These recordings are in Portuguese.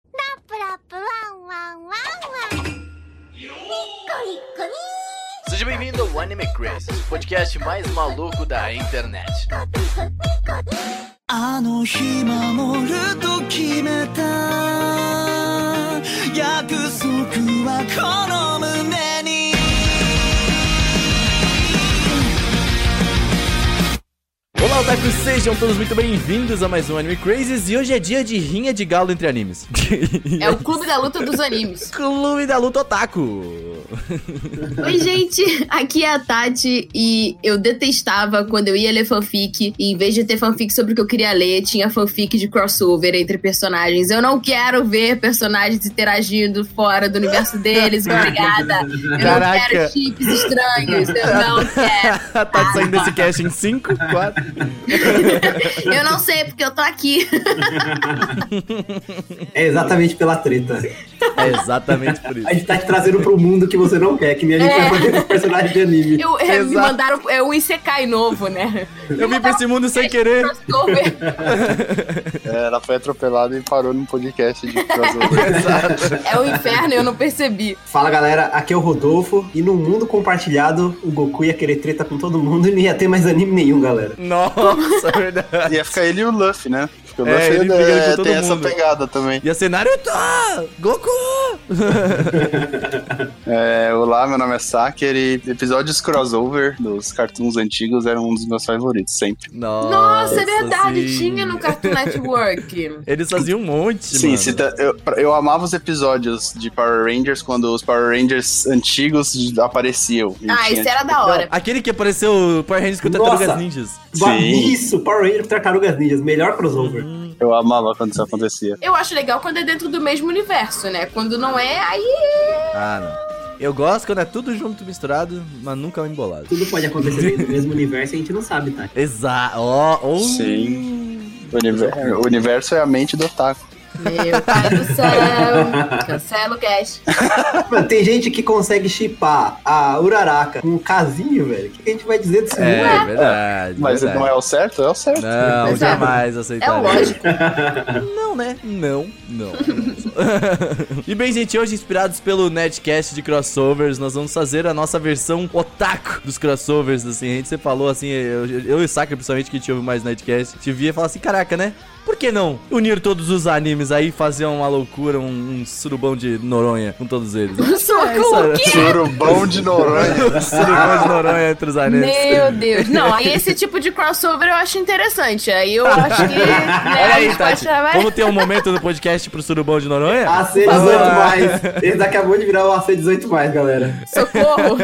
ワープワンワンワンワンニッコニッコニ Seja bem-vindo ao Anime Crazy, o podcast mais maluco da internet. あの日守ると決めた約束はこの胸に Olá, otakus! Sejam todos muito bem-vindos a mais um Anime Crazes e hoje é dia de rinha de galo entre animes. É o clube da luta dos animes. Clube da Luta Otaku! Oi, gente, aqui é a Tati e eu detestava quando eu ia ler fanfic e em vez de ter fanfic sobre o que eu queria ler, tinha fanfic de crossover entre personagens. Eu não quero ver personagens interagindo fora do universo deles, obrigada. Eu não Caraca. quero chips estranhos, eu não quero. tá saindo desse cast em 5, 4. Eu não sei porque eu tô aqui. É exatamente pela treta. É exatamente por isso. A gente tá te trazendo pro mundo que você não quer, que nem a gente É. vai fazer com personagem de anime. Eu, é, me Exato. mandaram é um Isekai novo, né? Eu vim pra esse mundo sem querer. Crossover. É, ela foi atropelada e parou num podcast de crossover. É o inferno e eu não percebi. Fala galera, aqui é o Rodolfo, e num mundo compartilhado, o Goku ia querer treta com todo mundo e não ia ter mais anime nenhum, galera. Nossa, é verdade. Ia ficar ele e o Luffy, né? Porque o É, Luffy ele ainda briga é- com todo tem essa mundo. pegada também. E a cenário tá! Goku! É, olá, meu nome é Saker e episódios crossover dos cartoons antigos eram um dos meus favoritos, sempre. Nossa, Nossa, é verdade, sim. tinha no Cartoon Network. Eles faziam um monte, Sim, mano. se tá- eu, eu amava os episódios de Power Rangers quando os Power Rangers antigos apareciam. E Ah, tinha- isso era da hora. Aquele que apareceu o Power Rangers com o Tartarugas Nossa. Ninjas. Bah, Sim. Isso, Power Ranger com Tartarugas Ninjas, melhor crossover. Eu amava quando isso acontecia. Eu acho legal quando é dentro do mesmo universo, né? Quando não é, aí. Ah, não. Eu gosto quando é tudo junto, misturado, mas nunca um embolado. Tudo pode acontecer dentro do mesmo universo e a gente não sabe, tá? Exato. Ó, oh. ou. Sim. O univer- o universo é a mente do Otaku. Meu pai do céu! Cancela o cast. Mano, tem gente que consegue chipar a Uraraka com o casinho, velho. O que a gente vai dizer desse É, mundo? verdade. Mas verdade. Né? não é o certo? É o certo. Não, Exato. jamais É aceitarei. lógico. Não, né? Não, não. e bem, gente, hoje, inspirados pelo Netcast de crossovers, nós vamos fazer a nossa versão otaku dos crossovers, assim. A gente você falou, assim, eu, eu e o Sakura, principalmente, que te ouve mais Netcast, te via e falava assim, caraca, né? Por que não unir todos os animes aí e fazer uma loucura, um, um surubão de Noronha com todos eles? Socorro, o quê? Surubão de Noronha. Um surubão de Noronha entre os animes. Meu Deus. Não, aí esse tipo de crossover eu acho interessante. Aí eu acho que. Né, Olha a aí, gente pode Tati. chamar- Ah, Vamos ter um momento do podcast pro surubão de Noronha? AC18+. mais. Esse acabou de virar o AC18+, mais, galera. Socorro.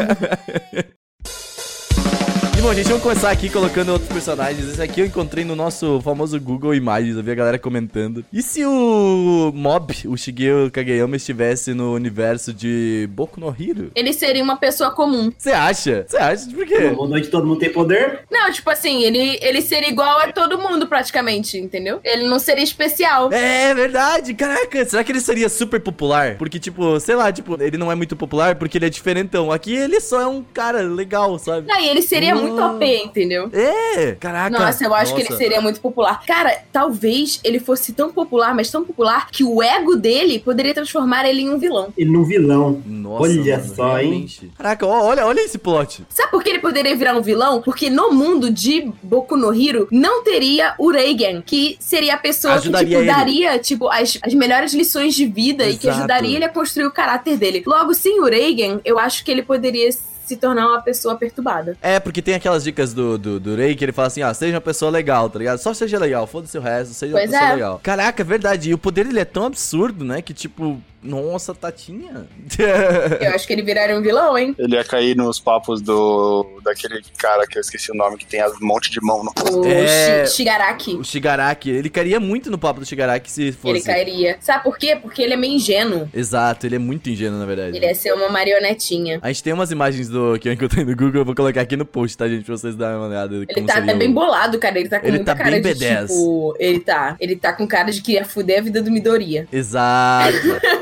E bom, gente, vamos começar aqui colocando outros personagens. Esse aqui eu encontrei no nosso famoso Google Imagens, eu vi a galera comentando. E se o Mob, o Shigeo Kageyama, estivesse no universo de Boku no Hero? Ele seria uma pessoa comum. Você acha? Você acha? Por Bom, quê? Boa noite, todo mundo tem poder? Não, tipo assim, ele, ele seria igual a todo mundo, praticamente, entendeu? Ele não seria especial. É verdade, caraca, será que ele seria super popular? Porque, tipo, sei lá, tipo, ele não é muito popular porque ele é diferentão. Aqui ele só é um cara legal, sabe? Não, e ele seria Hum. muito OP, entendeu? É, caraca. Nossa, eu acho que ele Nossa. seria muito popular. Cara, talvez ele fosse tão popular, mas tão popular, que o ego dele poderia transformar ele em um vilão. Ele num vilão. Nossa, Olha só, hein? realmente. Caraca, ó, olha, olha esse plot. Sabe por que ele poderia virar um vilão? Porque no mundo de Boku no Hiro não teria o Reigen, que seria a pessoa Ajudaria que ele. tipo, daria tipo, as, as melhores lições de vida e que Exato. ajudaria ele a construir o caráter dele. Logo, sem o Reigen, eu acho que ele poderia se tornar uma pessoa perturbada. É, porque tem aquelas dicas do, do, do Rei que ele fala assim, ó, seja uma pessoa legal, tá ligado? Só seja legal, foda-se o resto, seja Pois uma pessoa é. legal. Caraca, é verdade. E o poder dele é tão absurdo, né? Que tipo, nossa, Tatinha. Eu acho que ele viraria um vilão, hein? Ele ia cair nos papos do. daquele cara que eu esqueci o nome, que tem as- um monte de mão no. O É. Shi- Shigaraki. o Shigaraki, ele cairia muito no papo do Shigaraki se fosse. Ele cairia. Sabe por quê? Porque ele é meio ingênuo. Exato, ele é muito ingênuo, na verdade. Ele é. ia ser uma marionetinha. A gente tem umas imagens do que eu encontrei no Google, eu vou colocar aqui no post, tá, gente? Pra vocês darem uma olhada. Ele tá até bem bolado, cara. Ele tá com Ele muita tá cara bem de B10. tipo. Ele tá. Ele tá com cara de que ia fuder a vida do Midoriya. Exato.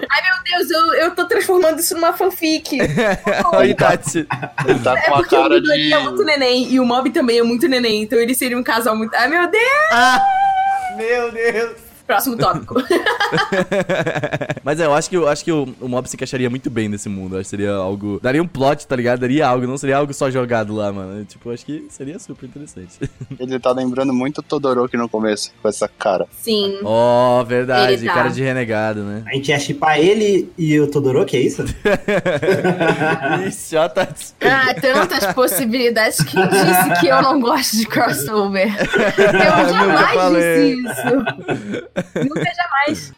Meu Deus, eu, eu tô transformando isso numa fanfic. Oi, Tati. Ele tá É com a porque o cara Midoriya de. é muito neném e o Mob também é muito neném. Então ele seria um casal muito. Ai, meu Deus! Ah, meu Deus. Próximo tópico. Mas Mas é, eu acho que, eu acho que o, o mob se encaixaria muito bem nesse mundo. Eu acho que seria algo. Daria um plot, tá ligado? Daria algo, não seria algo só jogado lá, mano. Tipo, eu acho que seria super interessante. Ele tá lembrando muito o Todoroki no começo, com essa cara. Sim. Ó, oh, verdade, Ele tá. cara de renegado, né? A gente ia chipar ele e o Todoroki, é isso? Ixi, ó, tá. des- Ah, tantas possibilidades. Quem disse que eu não gosto de crossover? Eu Nunca jamais falei. disse isso. Nunca jamais.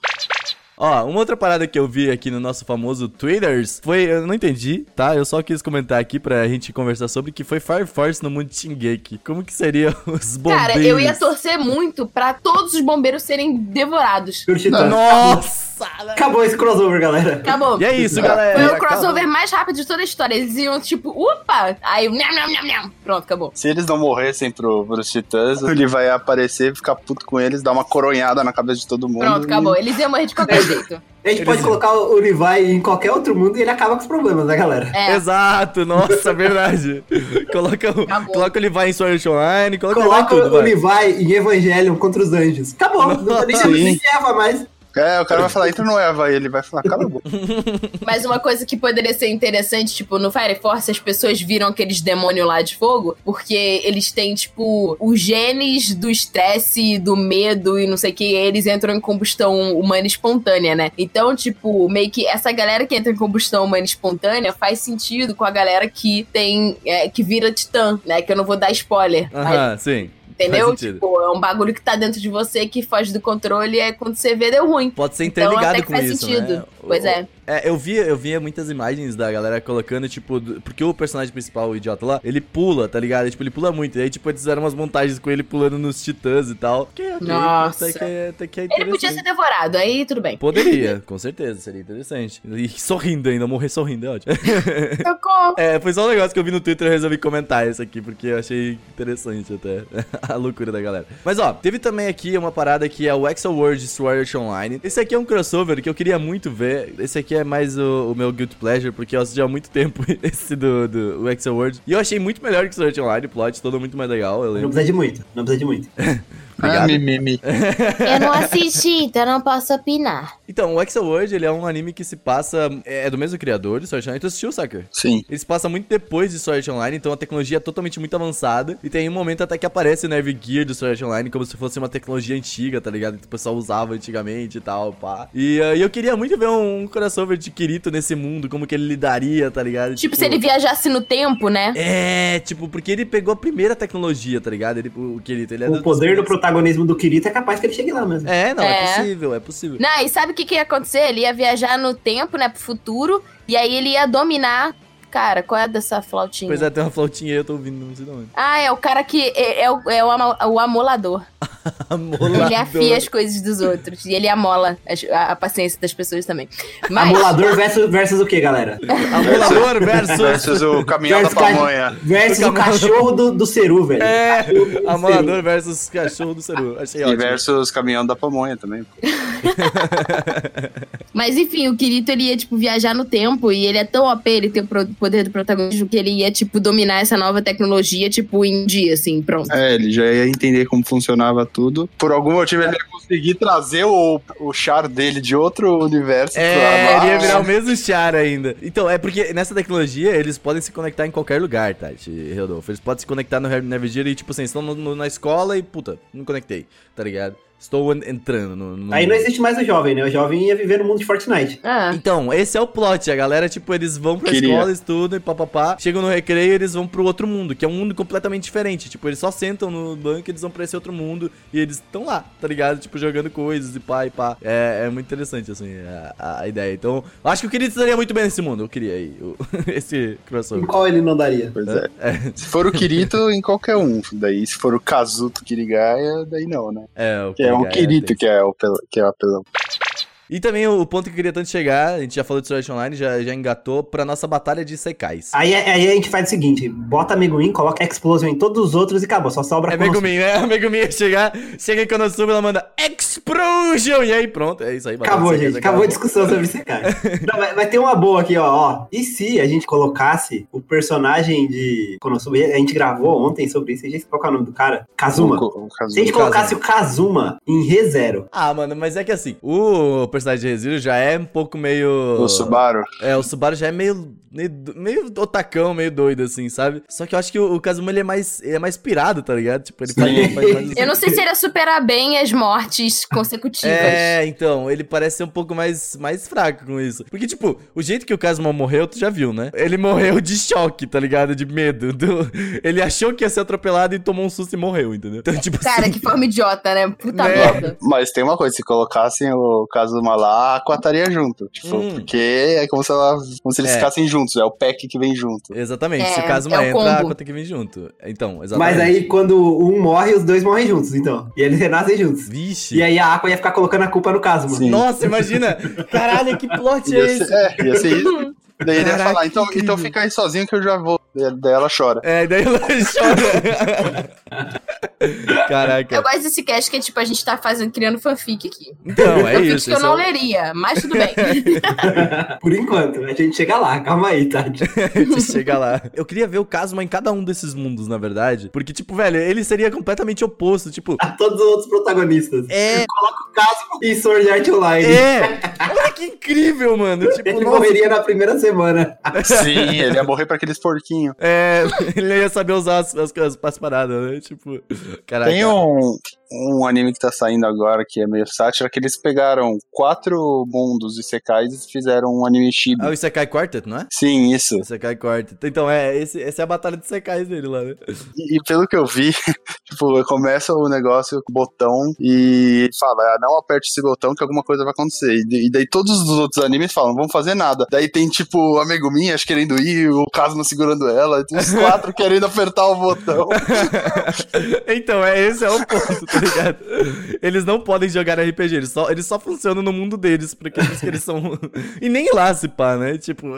Ó, uma outra parada que eu vi aqui no nosso famoso Twitters foi. Eu não entendi, tá? Eu só quis comentar aqui pra gente conversar sobre que foi Fire Force no mundo de Shingeki. Como que seria os bombeiros? Cara, eu ia torcer muito pra todos os bombeiros serem devorados. Pelo Titã. Nossa! Acabou esse crossover, galera. Acabou. E é isso, Foi galera. o crossover mais rápido de toda a história. Eles iam tipo, opa! Aí, nham, nham, nham, nham. Pronto, acabou. Se eles não morressem pro, pros titãs, ele vai aparecer, ficar puto com eles, dar uma coronhada na cabeça de todo mundo. Pronto, acabou. Eles iam morrer de qualquer jeito. A gente pode colocar o Levi em qualquer outro mundo e ele acaba com os problemas, né, galera? É. Exato, nossa, verdade. coloca, o, Acabou. coloca o Levi em Sword Art Online, coloca, Coloca o Levi em tudo, o vai. Levi em Evangelion contra os anjos. Acabou. Não, tá nem Sim. nem Eva mais. É, o cara vai falar, entra no Eva, e ele vai falar, cala a boca. Mas uma coisa que poderia ser interessante, tipo, no Fire Force as pessoas viram aqueles demônios lá de fogo, porque eles têm, tipo, os genes do estresse, do medo e não sei o que, e eles entram em combustão humana espontânea, né? Então, tipo, meio que essa galera que entra em combustão humana espontânea faz sentido com a galera que tem, é, que vira titã, né? Que eu não vou dar spoiler. mas Aham, sim. Entendeu? faz sentido. Tipo, é um bagulho que tá dentro de você que foge do controle e aí quando você vê, deu ruim. Pode ser Então interligado até que com faz isso, sentido. né? Pois O- é. É, eu via, eu via muitas imagens da galera colocando, tipo, do- porque o personagem principal, o idiota lá, ele pula, tá ligado? Tipo, ele pula muito. E aí, tipo, eles fizeram umas montagens com ele pulando nos titãs e tal. Que, ok, Nossa. Até que, é- até que é Ele podia ser interessante. devorado, aí tudo bem. Poderia, com certeza, seria interessante. E sorrindo ainda, morrer sorrindo, é ótimo. Socorro! É, foi só um negócio que eu vi no Twitter e eu resolvi comentar isso aqui, porque eu achei interessante até a loucura da galera. Mas ó, teve também aqui uma parada que é o Exo World Sword Art Online. Esse aqui é um crossover que eu queria muito ver. Esse aqui é mais o, o meu Guilty Pleasure, porque eu assisti há muito tempo esse do, do o Exo World. E eu achei muito melhor que Sword Art Online, o plot todo muito mais legal, eu Não lembro. precisa de muito. Não precisa de muito. Ah, mimimi. Eu não assisti, então não posso opinar. Então, o Exo World, ele é um anime que se passa... É do mesmo criador de Sword Art Online. Tu assistiu, Sucker? Sim. Ele se passa muito depois de Sword Art Online, então a tecnologia é totalmente muito avançada. E tem um momento até que aparece o Nerve Gear do Sword Art Online como se fosse uma tecnologia antiga, tá ligado? Que o pessoal usava antigamente e tal, pá. E ah, e eu queria muito ver um crossover de Kirito nesse mundo, como que ele lidaria, tá ligado? Tipo, se ele viajasse no tempo, né? É, tipo, porque ele pegou a primeira tecnologia, tá ligado? Ele, o Kirito, ele é O poder do protagonismo do Kirito é capaz que ele chegue lá mesmo. É, não, é, É. possível, é possível. Não, e sabe o que, que ia acontecer? Ele ia viajar no tempo, né, pro futuro, e aí ele ia dominar. Cara, qual é dessa flautinha? Pois é, tem uma flautinha aí, eu tô ouvindo, não sei de onde. Ah, é o cara que é, é o, é o ama- o amolador. Amolador. Ele é afia as coisas dos outros. E ele amola as- a, a paciência das pessoas também. Mas, Amolador versus, versus o que, galera? Amolador versus... Versus o caminhão da Versus ca- pamonha. Versus o Porque amolado- cachorro do, do Ceru, velho. É, do amolador versus cachorro do Seru. Achei E ótimo. versus caminhão da pamonha também. mas enfim, o Kirito ele ia, tipo, viajar no tempo. E ele é tão OP, ele tem o pro- poder do protagonismo, que ele ia, tipo, dominar essa nova tecnologia, tipo, em dia, assim, pronto. É, ele já ia entender como funcionava tudo. Por algum motivo ele ia conseguir trazer o, o char dele de outro universo. É, pra lá. ele ia virar o mesmo char ainda. Então, é porque nessa tecnologia eles podem se conectar em qualquer lugar, tá, Tati e Rodolfo. Eles podem se conectar no Navigear e, tipo assim, estão no- no- na escola e, puta, não conectei, tá ligado? Estou en- entrando no. no- Aí não existe mais o jovem, né? O jovem ia viver no mundo de Fortnite. Ah. Então, esse é o plot. A galera, tipo, eles vão pra Queria. escola, estudam e papapá. Chegam no recreio e eles vão pro outro mundo, que é um mundo completamente diferente. Tipo, eles só sentam no banco e eles vão pra esse outro mundo e eles estão lá, tá ligado? Tipo, jogando coisas e pá e pá. É, é muito interessante, assim, a- a, a ideia. Então, eu acho que o Kirito estaria muito bem nesse mundo. Eu queria aí, o- esse Em crossover. qual ele não daria? Pois é. Se for o Kirito, em qualquer um. Daí, se for o Kazuto Kirigaya, daí não, né? É, o Que é o Kirigaya, Kirito tem- que é o, pel- que é o apelão. E também o ponto que eu queria tanto chegar, a gente já falou de Sword Art Online, já, já engatou pra nossa batalha de Sekais. Aí, aí a gente faz o seguinte: bota Megumin, coloca Explosion em todos os outros e acabou. Só sobra É Konosuba. Megumin, né? A Megumin ia chegar, chega em Konosuba, ela manda Explosion! E aí pronto, é isso aí. bateu Acabou, certeza, gente. Acabou a discussão sobre esse cara. Não, mas, mas tem uma boa aqui, ó, ó. E se a gente colocasse o personagem de Konosuba? A gente gravou ontem sobre isso. A gente qual que é o nome do cara? Kazuma. O Ko- o Se a gente Kazuto. colocasse o Kazuma em ReZero. Ah, mano, mas é que assim, o personagem de Reziro já é um pouco meio. O Subaru. É, o Subaru já é meio, meio, do- meio otacão, meio doido, assim, sabe? Só que eu acho que o, o Kazuma, ele é mais, ele é mais pirado, tá ligado? Tipo, ele faz, Sim. faz mais... Eu não sei se ele ia superar bem as mortes consecutivas. É, então, ele parece ser um pouco mais, mais fraco com isso. Porque, tipo, o jeito que o Kazuma morreu, tu já viu, né? Ele morreu de choque, tá ligado? De medo. do- Ele achou que ia ser atropelado e tomou um susto e morreu, entendeu? Então, tipo Cara, assim... que forma idiota, né? Puta É. Né? merda. Mas tem uma coisa, se colocassem o Kazuma lá, a aquataria junto. Tipo, Hum. porque é como se, ela, como se eles É. ficassem juntos, é o pack que vem junto. Exatamente, É, se o Kazuma é o entra, a combo. água tem que vir junto. Então, exatamente. Mas aí, quando um morre, os dois morrem juntos, então. E eles renascem juntos. Vixe. E aí a Aqua ia ficar colocando a culpa no Kazuma. Sim. Nossa, imagina! Caralho, que plot é Ia esse? ser, é, ia ser isso. Daí ele ia Caraca, falar, então, que incrível. então fica aí sozinho que eu já vou. Daí ela chora. É, daí ela chora. Eu Caraca. gosto desse cast que é tipo, a gente tá fazendo, criando fanfic aqui. Então, é fanfic isso. que eu esse não é o- leria, mas tudo bem. Por enquanto, a gente chega lá, calma aí, tá? Tati. Você chega lá. Eu queria ver o Kazuma em cada um desses mundos, na verdade. Porque, tipo, velho, ele seria completamente oposto. Tipo, A todos os outros protagonistas. é. Coloca o Kazuma e Sword Art Online. É! Olha que incrível, mano. Tipo, Ele nossa, morreria na primeira semana. Sim, ele ia morrer pra aqueles porquinhos. é, ele ia saber usar as, as, as, as paradas, né? Tipo, caraca. Tem um, um anime que tá saindo agora que é meio sátira, que eles pegaram quatro mundos e secais e fizeram um anime chibi. Ah, o Isekai Quartet, não é? Sim, isso. O Isekai Quartet. Então, é, esse, essa é a batalha de Isekais dele lá, né? E, e pelo que eu vi, tipo, começa o negócio com o botão e fala, ah, não aperte esse botão que alguma coisa vai acontecer. E, de- e daí todos os outros animes falam, não vamos fazer nada. Daí tem, tipo, amigo minha, acho querendo ir, o Kazuma segurando ela, e tem os quatro querendo apertar o botão. Então, é, esse é o ponto, tá ligado? Eles não podem jogar RPG, eles só, eles só funcionam no mundo deles, porque eles, que eles são. e nem lá se pá, né? Tipo.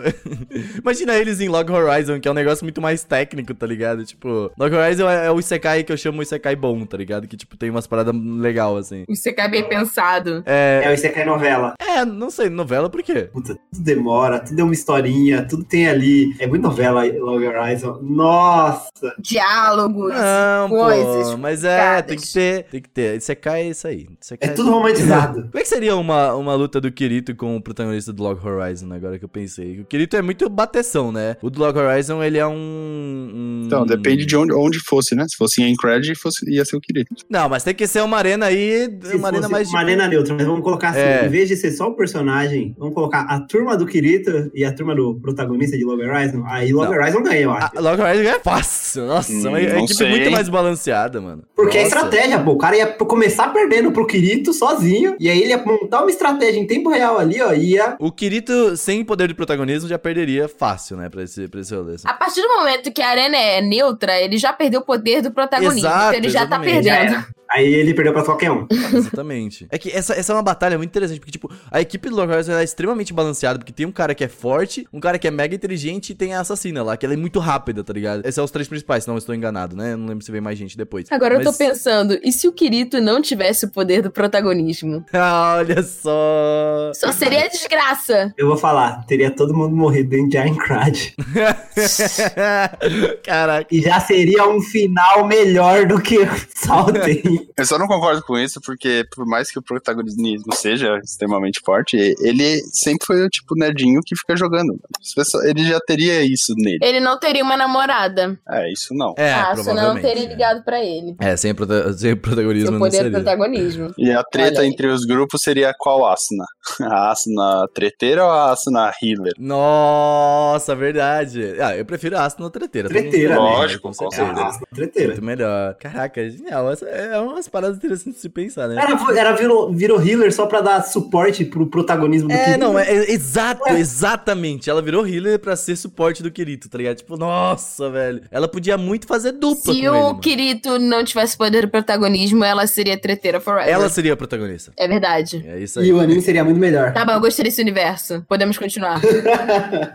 Imagina eles em Log Horizon, que é um negócio muito mais técnico, tá ligado? Tipo, Log Horizon é, é o Isekai que eu chamo Isekai bom, tá ligado? Que, tipo, tem umas paradas legal, assim. Você cai bem pensado. É. É o Isekai novela. É, não sei, novela por quê? Puta, tudo demora, tudo é uma historinha, tudo tem ali. É muito novela Log Horizon. Nossa! Diálogos. Não, pô, coisas mas é, complicadas. tem que ter, tem que ter. Isekai é isso aí. É Isekai tudo romantizado. Como é que seria uma, uma luta do Kirito com o protagonista do Log Horizon, agora que eu pensei? O Kirito é muito bateção, né? O do Log Horizon, ele é um... um- Então, depende de onde, onde fosse, né? Se fosse em Incred, fosse, ia ser o querido. Não, mas tem que ser uma arena aí, Se É. uma arena fosse mais... uma arena neutra, mas vamos colocar assim, É. em vez de ser só o personagem, vamos colocar a turma do Kirito e a turma do protagonista de Log Horizon. Aí Log Horizon ganha, eu acho. Ah, Log Horizon é fácil, nossa, Hum, é uma não equipe sei, muito hein? mais balanceada, mano. Porque é Nossa. estratégia, pô. O cara ia começar perdendo pro Kirito sozinho, e aí ele ia montar uma estratégia em tempo real ali, ó, e ia... O Kirito, sem poder de protagonismo, já perderia fácil, né, pra esse, pra esse rolê. assim. A partir do momento que a arena é neutra, ele já perdeu o poder do protagonista. Exato, então ele já tá exatamente. É. perdendo. Aí ele perdeu pra qualquer um. Exatamente. É que essa, essa é uma batalha muito interessante, porque, tipo, a equipe do Lord Horizon ela é extremamente balanceada, porque tem um cara que é forte, um cara que é mega inteligente e tem a assassina lá, que ela é muito rápida, tá ligado? Esses são os três principais, se não eu estou enganado, né? Eu Não lembro se vem mais gente depois. Agora eu tô Mas- pensando, e se o Kirito não tivesse o poder do protagonismo? Ah, Olha só. Só seria desgraça. Eu vou falar, teria todo mundo morrido dentro de Aincrad. Caraca. E já seria um final melhor do que o Saltem. Eu só não concordo com isso, porque por mais que o protagonismo seja extremamente forte, ele sempre foi o tipo nerdinho que fica jogando. As pessoas- Ele já teria isso nele. Ele não teria uma namorada. É, isso não. É, ah, senão eu provavelmente. teria né? ligado pra ele. É, sem, prota- sem protagonismo Seu não poder é- do seria. protagonismo. E a treta Olha aí. entre os grupos seria qual Asuna? A Asuna treteira ou a Asuna healer? Nossa, verdade. Ah, eu prefiro a Asuna treteira. todo mundo Treteira, sabe, né? lógico, com certeza. Nossa, treteira. Muito melhor. Caraca, é genial. Essa é umas paradas interessantes de se pensar, né? Era, era virou, virou healer só pra dar suporte pro protagonismo do É, Kirito. não, é, é- exato, exatamente. Ela virou healer pra ser suporte do Kirito, tá ligado? Tipo, nossa, velho. Ela podia muito fazer É. dupla Se com ele, o mano. Kirito não tivesse poder do protagonismo, ela seria treteira forever. Ela seria a protagonista. É verdade. É isso E aí. o anime seria muito melhor. Tá bom, eu gostei desse universo. Podemos continuar.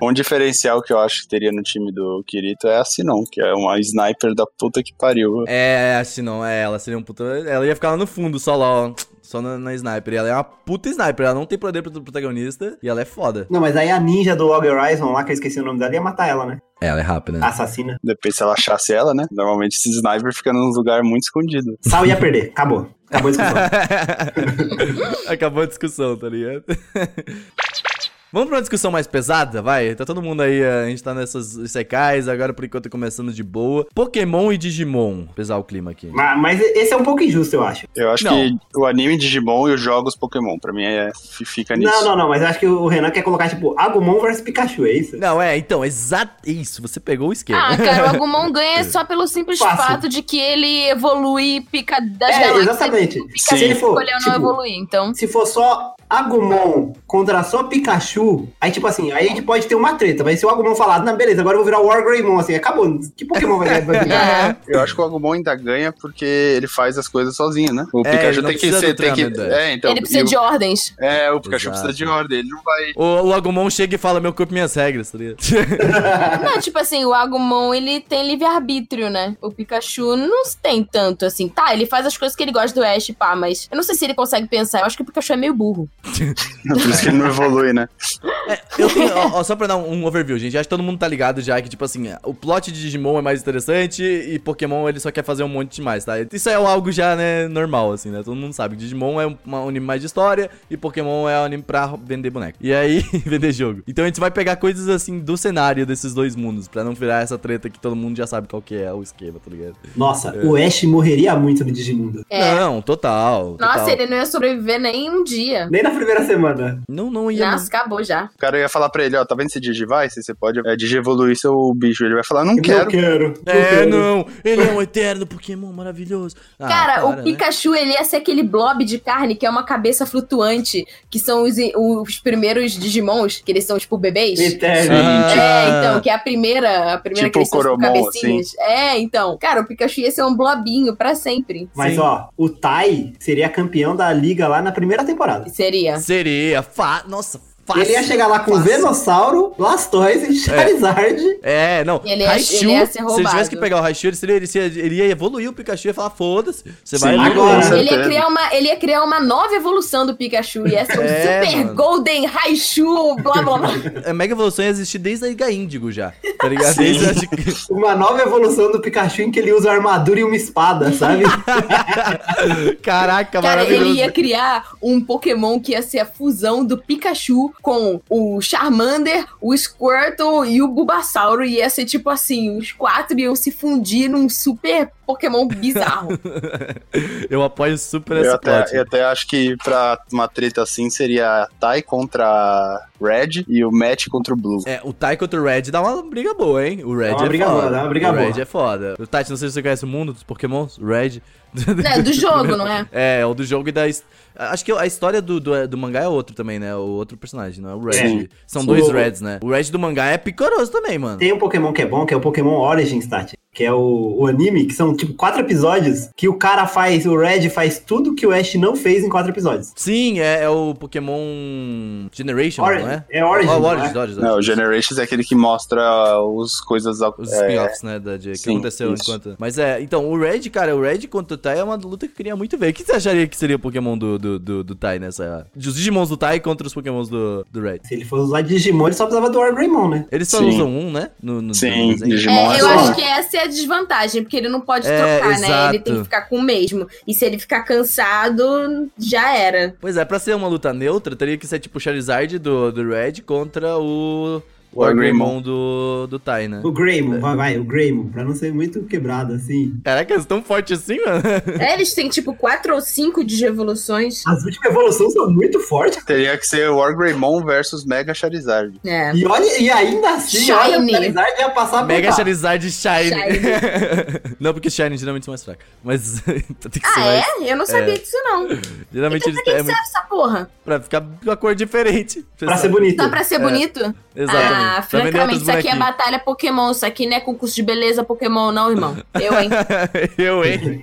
Um diferencial que eu acho que teria no time do Kirito é a Sinon, que é uma sniper da puta que pariu. É, acho que não, é, ela seria um puta Então ela ia ficar lá no fundo, só lá, ó. Só na, na sniper. E ela é uma puta sniper. Ela não tem poder pro protagonista. E ela é foda. Não, mas aí a ninja do Log Horizon lá, que eu esqueci o nome dela, ia matar ela, né? Ela é rápida. A assassina. Depende se ela achasse ela, né? Normalmente esse sniper fica num lugar muito escondido. Sal ia perder. Acabou. Acabou a discussão. Acabou a discussão, tá ligado? Vamos pra uma discussão mais pesada, vai? Tá todo mundo aí, a gente tá nessas secais, agora por enquanto começando de boa. Pokémon e Digimon. Pesar o clima aqui. Ma- Mas esse é um pouco injusto, eu acho. Eu acho Não. que o anime Digimon e os jogos Pokémon, pra mim, é, f- fica nisso. Não, não, não, mas eu acho que o Renan quer colocar, tipo, Agumon versus Pikachu, é isso? Não, é, então, exato. Isso, você pegou o esquema. Ah, cara, o Agumon É. ganha só pelo simples Fácil. fato de que ele evolui e pica das É, galáxias. exatamente. Pikachu Se ele for, Escolheu não tipo, evoluir, então. se for só Agumon contra só Pikachu, aí, tipo assim, aí a gente pode ter uma treta, mas se o Agumon falar, não, beleza, agora eu vou virar o Wargreymon, assim, acabou. Que Pokémon vai vai É, brigar? Eu acho que o Agumon ainda ganha porque ele faz as coisas sozinho, né? O É, ele Pikachu não tem que precisa ser. do Tem que, treinamento, é, então. ele precisa e o- de ordens. É, o Pikachu Exato. precisa de ordem. Ele não vai. O, o Agumon chega e fala, meu corpo, minhas regras, tá ligado? Não, tipo assim, o Agumon, ele tem livre-arbítrio, né? O Pikachu não tem tanto, assim. Tá, ele faz as coisas que ele gosta do Ash, pá, mas eu não sei se ele consegue pensar. Eu acho que o Pikachu é meio burro. Por isso que ele não evolui, né? Eu tenho, ó, ó, só pra dar um, um overview, gente. Acho que todo mundo tá ligado já que, tipo assim, o plot de Digimon é mais interessante e Pokémon ele só quer fazer um monte de mais, tá? Isso é algo já, né, normal, assim, né? Todo mundo sabe que Digimon é uma- um anime mais de história e Pokémon é um anime pra vender boneco. E aí, vender jogo. Então a gente vai pegar coisas, assim, do cenário desses dois mundos, pra não virar essa treta que todo mundo já sabe qual que é o esquema, tá ligado? Nossa, o Ash morreria muito no Digimundo. É. Não, total. Nossa, total. ele não ia sobreviver nem um dia. Nem na primeira semana. Não, não é um, ia. Nossa, acabou já. O cara ia falar pra ele, ó, tá vendo esse Digivice? Você pode é, digievoluir seu bicho. Ele vai falar, não Eu quero. quero. não É, quero. não. Ele é um eterno Pokémon maravilhoso. Ah, Cara, para, o né? Pikachu, ele ia ser aquele blob de carne que é uma cabeça flutuante, que são os, os primeiros Digimons, que eles são tipo bebês. Eterno. É, então, que é a primeira, a primeira Tipo que eles são o Coromon, cabecinhas. assim. É, então. Cara, o Pikachu ia ser um blobinho pra sempre. Mas Sim. ó, o Tai seria campeão da liga lá na primeira temporada. Seria. Seria. Fa... Nossa, fácil. Ele ia chegar lá com fácil. Venossauro, Blastoise, Charizard. É, não. Ele ia- Raichu, ele ia ser se ele roubado. tivesse que pegar o Raichu, ele, seria, ele, seria, ele ia evoluir o Pikachu e ia falar, foda-se, você vai Sim, evoluir. agora. com Ele ia, certeza. criar uma, ele ia criar uma nova evolução do Pikachu. Ia ser um É, Super mano. Golden Raichu, blá blá blá. A É Mega Evolução ia existir desde a Iga Índigo já, tá ligado? Desde a- Uma nova evolução do Pikachu em que ele usa armadura e uma espada, sabe? Caraca, Cara, maravilhoso. ele ia criar um Pokémon que ia ser a fusão do Pikachu com o Charmander, o Squirtle e o Bulbasauro. E ia ser tipo assim, os quatro iam se fundir num super Pokémon bizarro. Eu apoio super Eu É, esse até, plot. eu até acho que pra uma treta assim seria a Tai contra a Red e o Matt contra o Blue. É, o Tai contra o Red dá uma briga boa, hein? O Red uma é briga foda. boa, dá uma briga o boa. Red é foda. O Tati, não sei se você conhece o mundo dos Pokémons, o Red. né? Do jogo, não é? É, o do jogo e da. his- Acho que a história do, do, do mangá é outro também, né? O outro personagem, não é o Red. Sim. São Sim. dois O- Reds, né? O Red do mangá é picoroso também, mano. Tem um Pokémon que é bom, que é o Pokémon Origins, Tati. Que é o, o anime, que são tipo quatro episódios, que o cara faz, o Red faz tudo que o Ash não fez em quatro episódios. Sim, é, é o Pokémon Generation, Origin- não é? é Origin, Ah, o não Origin, é? Origin, Não, o Origin. Generations é aquele que mostra os coisas. ao- Os é, spin-offs, né, da de, que sim, aconteceu isso. enquanto... Mas é, então, o Red, cara, o Red contra o Tai é uma luta que eu queria muito ver. O que você acharia que seria o Pokémon do, do, do, do Tai nessa... Os Digimons do Tai contra os Pokémons do, do Red. é? Se ele fosse usar Digimon, ele só precisava do Wargreymon, né? Eles só Sim. usam um, né? No, no- Sim, no desenho. Digimon É, eu Nossa. acho que essa é a desvantagem, porque ele não pode É, trocar, né? exato. Ele tem que ficar com o mesmo. E se ele ficar cansado, já era. Pois é, pra ser uma luta neutra, teria que ser tipo o Charizard do, do Red contra o... O Agrimon. Agrimon do, do Tai, né? O Greymon, vai, vai, o Greymon, pra não ser muito quebrado assim. Caraca, eles tão fortes assim, mano? É, eles têm tipo quatro ou cinco de evoluções. As últimas evoluções são muito fortes. Teria que ser Wargreymon versus Mega Charizard. É. E, olha, e ainda assim, Shiny. olha, o Charizard ia passar por Mega baixo. Charizard Shine. Shine. não, porque Shine geralmente é mais fraco. Mas então tem que ser Ah, mais. é? Eu não sabia disso, não. Geralmente eles Pra é que serve muito- essa porra? pra ficar com a cor diferente. Pra ser bonito. Só Tá pra É. ser bonito? Exatamente. Ah, Pra vender francamente, outros isso aqui é bonequinhos. batalha Pokémon, isso aqui não é concurso de beleza Pokémon, não, irmão. Eu, hein? Eu, hein?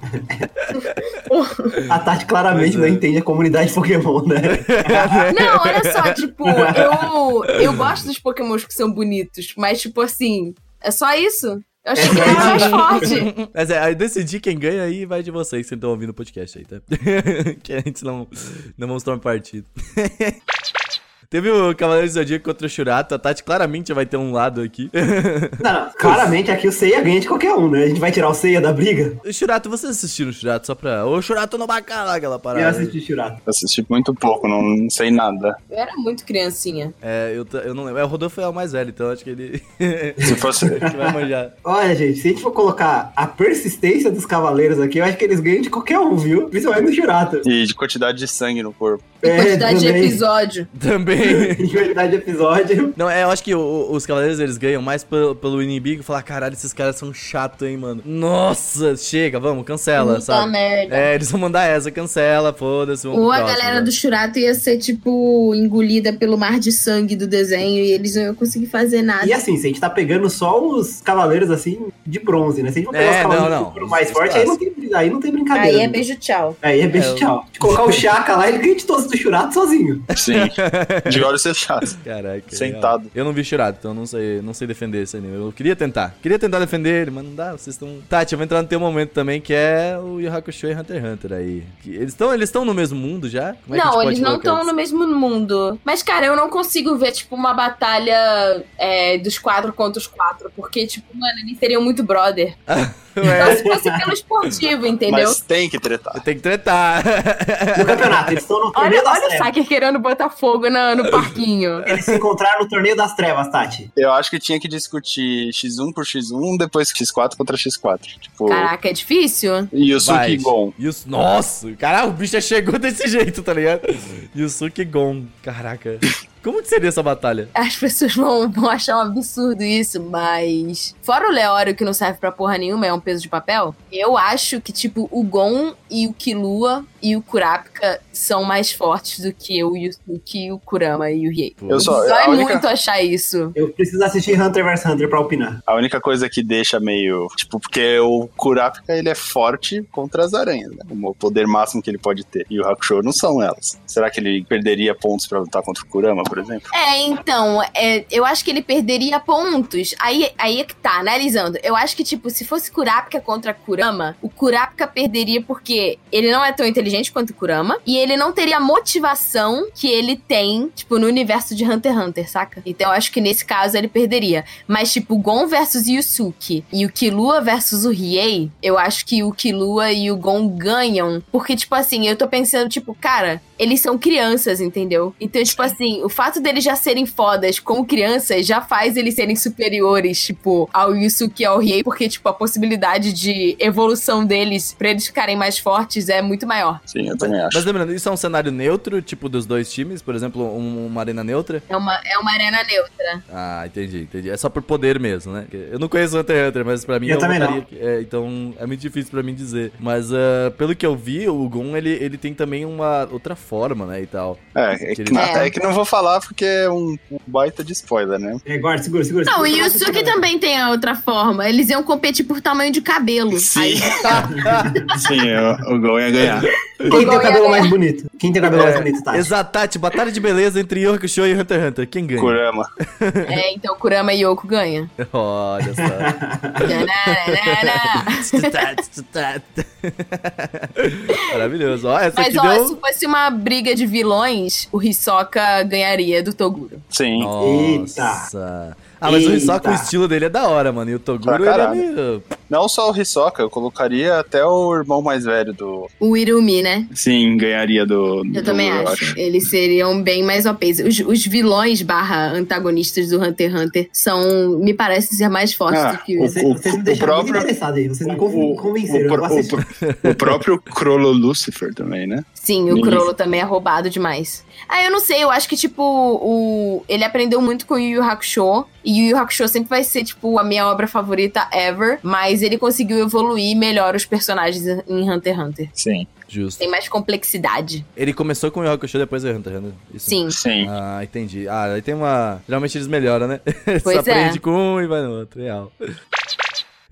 A Tati claramente é. não entende a comunidade Pokémon, né? Não, olha só, tipo, eu, eu gosto dos Pokémons que são bonitos, mas, tipo assim, é só isso? Eu achei que ele era mais forte. Mas é, aí decidir quem ganha aí vai de vocês que estão ouvindo o podcast aí, tá? que a gente não, não vamos tomar partido. Teve o Cavaleiro do Zodíaco contra o Shurato. A Tati claramente vai ter um lado aqui. Não, não, claramente aqui o Seiya ganha de qualquer um, né? A gente vai tirar o Seiya da briga. Shurato, vocês assistiram o Shurato só pra. Ô, Shurato no bacana, aquela E eu parada. assisti Shurato. Eu assisti muito pouco, não, não sei nada. Eu era muito criancinha. É, eu, ta- eu não lembro. É, o Rodolfo é o mais velho, então acho que ele Se fosse. que vai manjar. Olha, gente, se a gente for colocar a persistência dos cavaleiros aqui, eu acho que eles ganham de qualquer um, viu? Principalmente no Shurato. E de quantidade de sangue no corpo. E quantidade de É, também. episódio. Também. Em quantidade de episódio. Não, é, eu acho que o- o- os cavaleiros eles ganham mais pelo, pelo inimigo falar: caralho, esses caras são chato, hein, mano. Nossa, chega, vamos, cancela, Puta sabe? merda. É, eles vão mandar essa, cancela, foda-se. vamos Ou pro a próximo, galera né? do Churato ia ser, tipo, engolida pelo mar de sangue do desenho e eles não iam conseguir fazer nada. E assim, se a gente tá pegando só os cavaleiros assim de bronze, né? Se a gente for pegar É, os cavaleiros não, de não. ouro mais Os forte, aí não, tem, aí não tem brincadeira. né? Aí é beijo tchau. Aí é beijo, É, eu- tchau. De colocar o Chaka lá, ele ganha de todos do Shurato sozinho. Sim. De olhos fechados. Caraca. é Sentado. Eu não vi Shurato, então eu não sei, não sei defender esse anime. Eu queria tentar. Queria tentar defender ele, mas não dá. Vocês estão. Tati, eu vou entrar no teu momento também, que é o Yu Hakusho e Hunter x Hunter aí. Que- Eles estão eles tão no mesmo mundo já? Como é que a gente não, pode eles não colocar estão isso? no mesmo mundo. Mas, cara, eu não consigo ver, tipo, uma batalha é, dos quatro contra os quatro. Porque, tipo, mano, eles seriam muito brother. Então, Ué, se fosse pelo esportivo, entendeu? Mas tem que tretar. tem que tretar. No campeonato, eles estão no Olha, torneio das olha o trevas. Saker querendo botar fogo na- no É, parquinho. Eles se encontraram no torneio das trevas, Tati. Eu acho que tinha que discutir X1 por X1, depois X4 contra X4. Tipo, Caraca, é difícil? e o Suki Vai. Gon. Yus... Nossa, caralho, o bicho já chegou desse jeito, tá ligado? Yusuke Gon, caraca. Como que seria essa batalha? As pessoas vão, vão achar um absurdo isso, mas. Fora o Leório, que não serve pra porra nenhuma, é um peso de papel. Eu acho que, tipo, o Gon e o Killua e o Kurapika são mais fortes do que eu e o Yusuke, e o Kurama e o Riei. Eu só. Dói é A única, muito achar isso. Eu preciso assistir Hunter vs Hunter pra opinar. a única coisa que deixa meio. Tipo, porque o Kurapika ele é forte contra as aranhas, né? O poder máximo que ele pode ter. E o Hakusho não são elas. Será que ele perderia pontos pra lutar contra o Kurama, por exemplo? É, então, é, eu acho que ele perderia pontos. Aí, aí é que tá, analisando. Eu acho que, tipo, se fosse Kurapika contra Kurama, o Kurapika perderia porque ele não é tão inteligente quanto o Kurama. E ele não teria a motivação que ele tem, tipo, no universo de Hunter x Hunter, saca? Então eu acho que nesse caso ele perderia. Mas, tipo, o Gon versus Yusuke e o Killua versus o Riei, eu acho que o Killua e o Gon ganham. Porque, tipo assim, eu tô pensando, tipo, cara, eles são crianças, entendeu? Então, tipo assim, o fato deles já serem fodas como crianças já faz eles serem superiores, tipo, ao Yusuke e ao Riei, porque, tipo, a possibilidade de evolução deles pra eles ficarem mais fortes é muito maior. Sim, eu também acho. Mas lembrando, isso é um cenário neutro, tipo dos dois times, por exemplo, um- uma arena neutra? É uma, é uma arena neutra. Ah, entendi, entendi. É só por poder mesmo, né? Porque Eu não conheço Hunter x Hunter, mas pra mim Eu também não. votaria- é, então é muito difícil pra mim dizer. Mas ah, pelo que eu vi, o Gon ele, ele tem também uma outra forma, né? E tal. É, é que, não- É. é que não vou falar porque é um, um baita de spoiler, né? É, guarda, segura, segura. Não, segura. e o Yusuke também tem a outra forma. Eles iam competir por tamanho de cabelo. Sim. Sim, o, o Gon é É, ia ganhar. Quem tem o cabelo mais bonito? Quem tem o É, cabelo mais É bonito, tá? Tati? Exato, Tati, batalha de beleza entre Yu Hakusho e Hunter x Hunter. Quem ganha? Kurama. É, então Kurama e Yoko ganha. Olha só. Nananana. Maravilhoso. Ó, essa Mas aqui ó, deu. se fosse uma briga de vilões, o Hisoka ganharia do Toguro. Sim. Nossa. Ah, mas o Hisoka, o Eita. estilo dele é da hora, mano. E o Toguro, Pra ele é caralho. meio... Não só o Hisoka, eu colocaria até o irmão mais velho do. O Irumi, né? Sim, ganharia do. Eu também acho. Eles seriam bem mais OPs. Os, os vilões barra antagonistas do Hunter x Hunter são, me parece ser mais fortes Ah, do que o- os. Vocês, vocês me o deixaram muito próprio- interessado aí. Vocês me conv- O- convenceram. o- eu vou o- assistir. O próprio Crolo Lucifer também, né? Sim, o Ninguém- Crollo também é roubado demais. Ah, eu não sei, eu acho que, tipo, o... ele aprendeu muito com o Yu Yu Hakusho. E o Yu Yu Hakusho sempre vai ser, tipo, a minha obra favorita ever. Mas ele conseguiu evoluir melhor os personagens em Hunter x Hunter. Sim. Justo. Tem mais complexidade. Ele começou com o Yu Hakusho, depois o Hunter x Hunter. Isso. Sim. Sim. Ah, entendi. Ah, aí tem uma... Geralmente eles melhoram, né? Você Pois é. aprende com um e vai no outro. Real.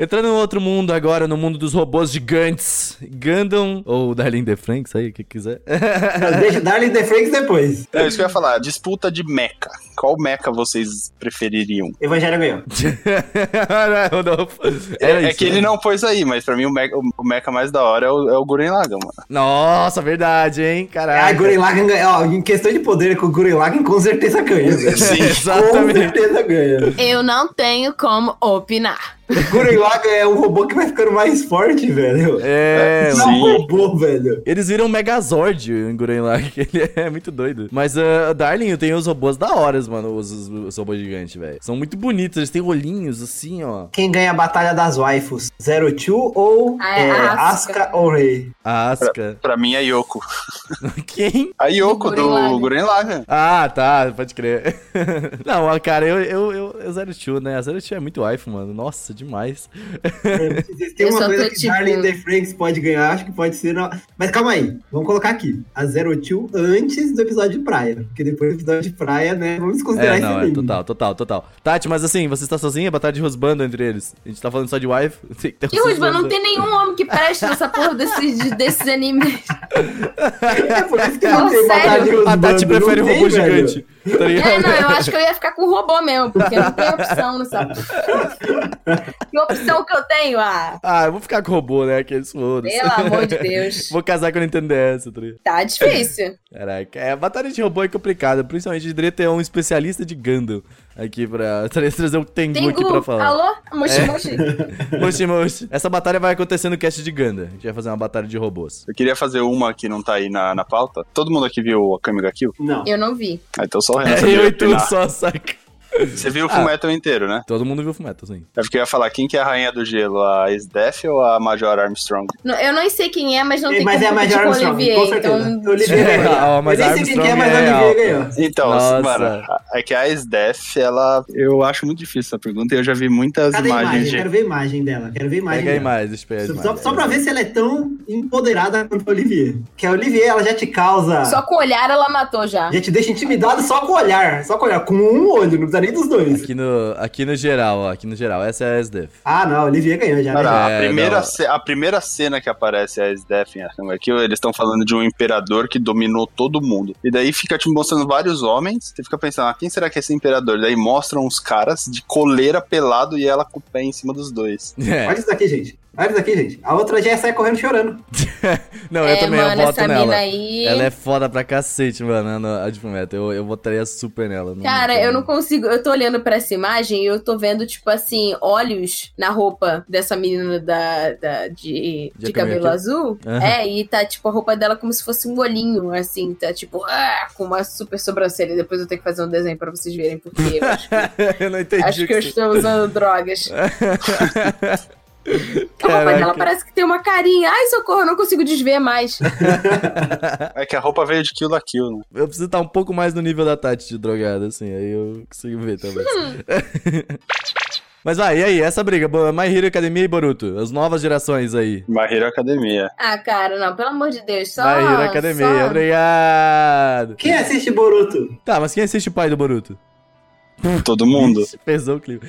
Entrando em outro mundo agora, no mundo dos robôs gigantes. Gundam, ou Darlene de Franks, aí, o que quiser. Deixa o Darling The Franks depois. É isso que eu ia falar. Disputa de mecha. Qual mecha vocês prefeririam? Evangelho ganhou. Rodolfo. Era é isso, que né? ele não pôs aí, mas pra mim o mecha, o mecha mais da hora é o, é o Gurren Lagann, mano. Nossa, verdade, hein? É Ah, Caralho. Gurren Lagann ganha. Ó, em questão de poder, com o Gurren Lagann com certeza ganha. velho. Sim, Com exatamente. certeza ganha. Eu não tenho como opinar. O Gurren Lagann é um robô que vai ficando mais forte, velho. É, Não é um Sim. robô, velho. Eles viram um Megazord em Gurren Lagann, que ele é muito doido. Mas, ah, Darling, eu tenho os robôs da hora, mano, os, os- os robôs gigantes, velho. São muito bonitos, eles têm olhinhos, assim, ó. Quem ganha a batalha das waifus? Zero Two ou Ah, é, é Asuka. Asuka. ou Rei? A Asuka. Pra mim é Yoko. Quem? A É Yoko Do do Gurren Lagann. Gurren Lagann. Ah, tá, pode crer. Não, ah, cara, eu, eu, eu, eu Zero Two, né? A Zero Two é muito iPhone, mano. Nossa, demais. Se tem Eu uma só coisa tô que tipo- Darling The Franks pode ganhar, acho que pode ser. na- Mas calma aí, vamos colocar aqui. A Zero Two antes do episódio de praia. Porque depois do episódio de praia, né? Vamos considerar É, esse não, é meme. total, total, total. Tati, mas assim, você está sozinha? Batalha de Rosbando entre eles. A gente tá falando só de wife. Tem que ter E um Rusba, não Rosbando. tem nenhum homem que preste nessa porra desses, de- desses animes. É por isso que não Não, tem batalha sério. de A Tati Rosbando, prefere o não robô tem, velho. gigante. Tá ligado? É, não, eu acho que eu ia ficar com o robô mesmo, porque não tem opção nessa porra. Que opção que eu tenho? Ah, Ah, eu vou ficar com o robô, né? Que eles foda-se. pelo amor de Deus. Vou casar com o Nintendo DS, tá ligado? Tá difícil. Caraca, é, a batalha de robô é complicada, principalmente direito ter um especialista de Gundam aqui pra tra- trazer o Tengu, Tem aqui pra Gu. falar. É. Alô? Mochi, mochi. Moshi, moshi. Essa batalha vai acontecer no cast de Gundam. A gente vai fazer uma batalha de robôs. Eu queria fazer uma que não tá aí na, na pauta. Todo mundo aqui viu a Kamiga Kill? Não. Eu não vi. Ah, então só o Renan. É, sabia eu e tu Ah. opinar. só, saca? Você viu o Fullmetal inteiro, né? Todo mundo viu o fumeto, sim. É porque eu ia falar quem que é a rainha do gelo, a Sdeff ou a Major Armstrong? Não, eu não sei quem é, mas não tem Mas é como a competir Major com o Armstrong, com Olivier, certeza. então... Olivier ganhou. Ah, mas Eu nem sei Armstrong quem é, mas é Olivier alto. ganhou. Então, Nossa. mano, é que a Sdeff, ela. Eu acho muito difícil essa pergunta e eu já vi muitas Cadê a imagens imagem? de. Quero ver a imagem dela. Quero ver a imagem Pega a dela. imagem, espera a imagem. Só, só pra ver se ela é tão empoderada quanto a Olivier. Que a Olivier, ela já te causa. Só com o olhar ela matou já. Já te deixa intimidado só com o olhar. Só com o olhar. Com um olho, não precisa nem dos dois. Aqui no, aqui no geral, ó. Aqui no geral. Essa é a SDF. Ah, não, a Olivier ganhou já. né? Cara, a, É, primeira não. ce- a primeira cena que aparece a Sdeff em Arkham Kill, eles estão falando de um imperador que dominou todo mundo. E daí fica te mostrando vários homens, você fica pensando, ah, quem será que é esse imperador? Daí mostram uns caras de coleira pelado e ela com o pé em cima dos dois. É. Olha isso daqui, gente. Olha isso daqui, gente. A outra já sai correndo chorando. Não, eu é, também, mano, eu voto essa nela. mina aí... Ela é foda pra cacete, mano. a- A de fumeto. Eu, eu votaria super nela. Cara, eu não consigo. Eu tô olhando pra essa imagem e eu tô vendo, tipo assim, olhos na roupa dessa menina da, da- de, De de cabelo Akame azul. Aham. É, e tá, tipo, a roupa dela como se fosse um olhinho, assim, tá, tipo, ah, com uma super sobrancelha. Depois eu tenho que fazer um desenho pra vocês verem, porque eu acho, eu não entendi. acho o que eu você- estou usando drogas. Tá A roupa Caraca. dela parece que tem uma carinha. Ai, socorro, eu não consigo desver mais. Né? É que a roupa veio de Kill la Kill, né? Eu preciso estar um pouco mais no nível da Tati de drogada, assim, aí eu consigo ver talvez. Mas vai, e aí, essa briga? Bo- My Hero Academia e Boruto, as novas gerações aí. Barreiro Academia. Ah, cara, não, pelo amor de Deus, só. My Hero Academia, só- obrigado! Quem assiste Boruto? Tá, mas quem assiste o pai do Boruto? Todo mundo. Pesou o clima.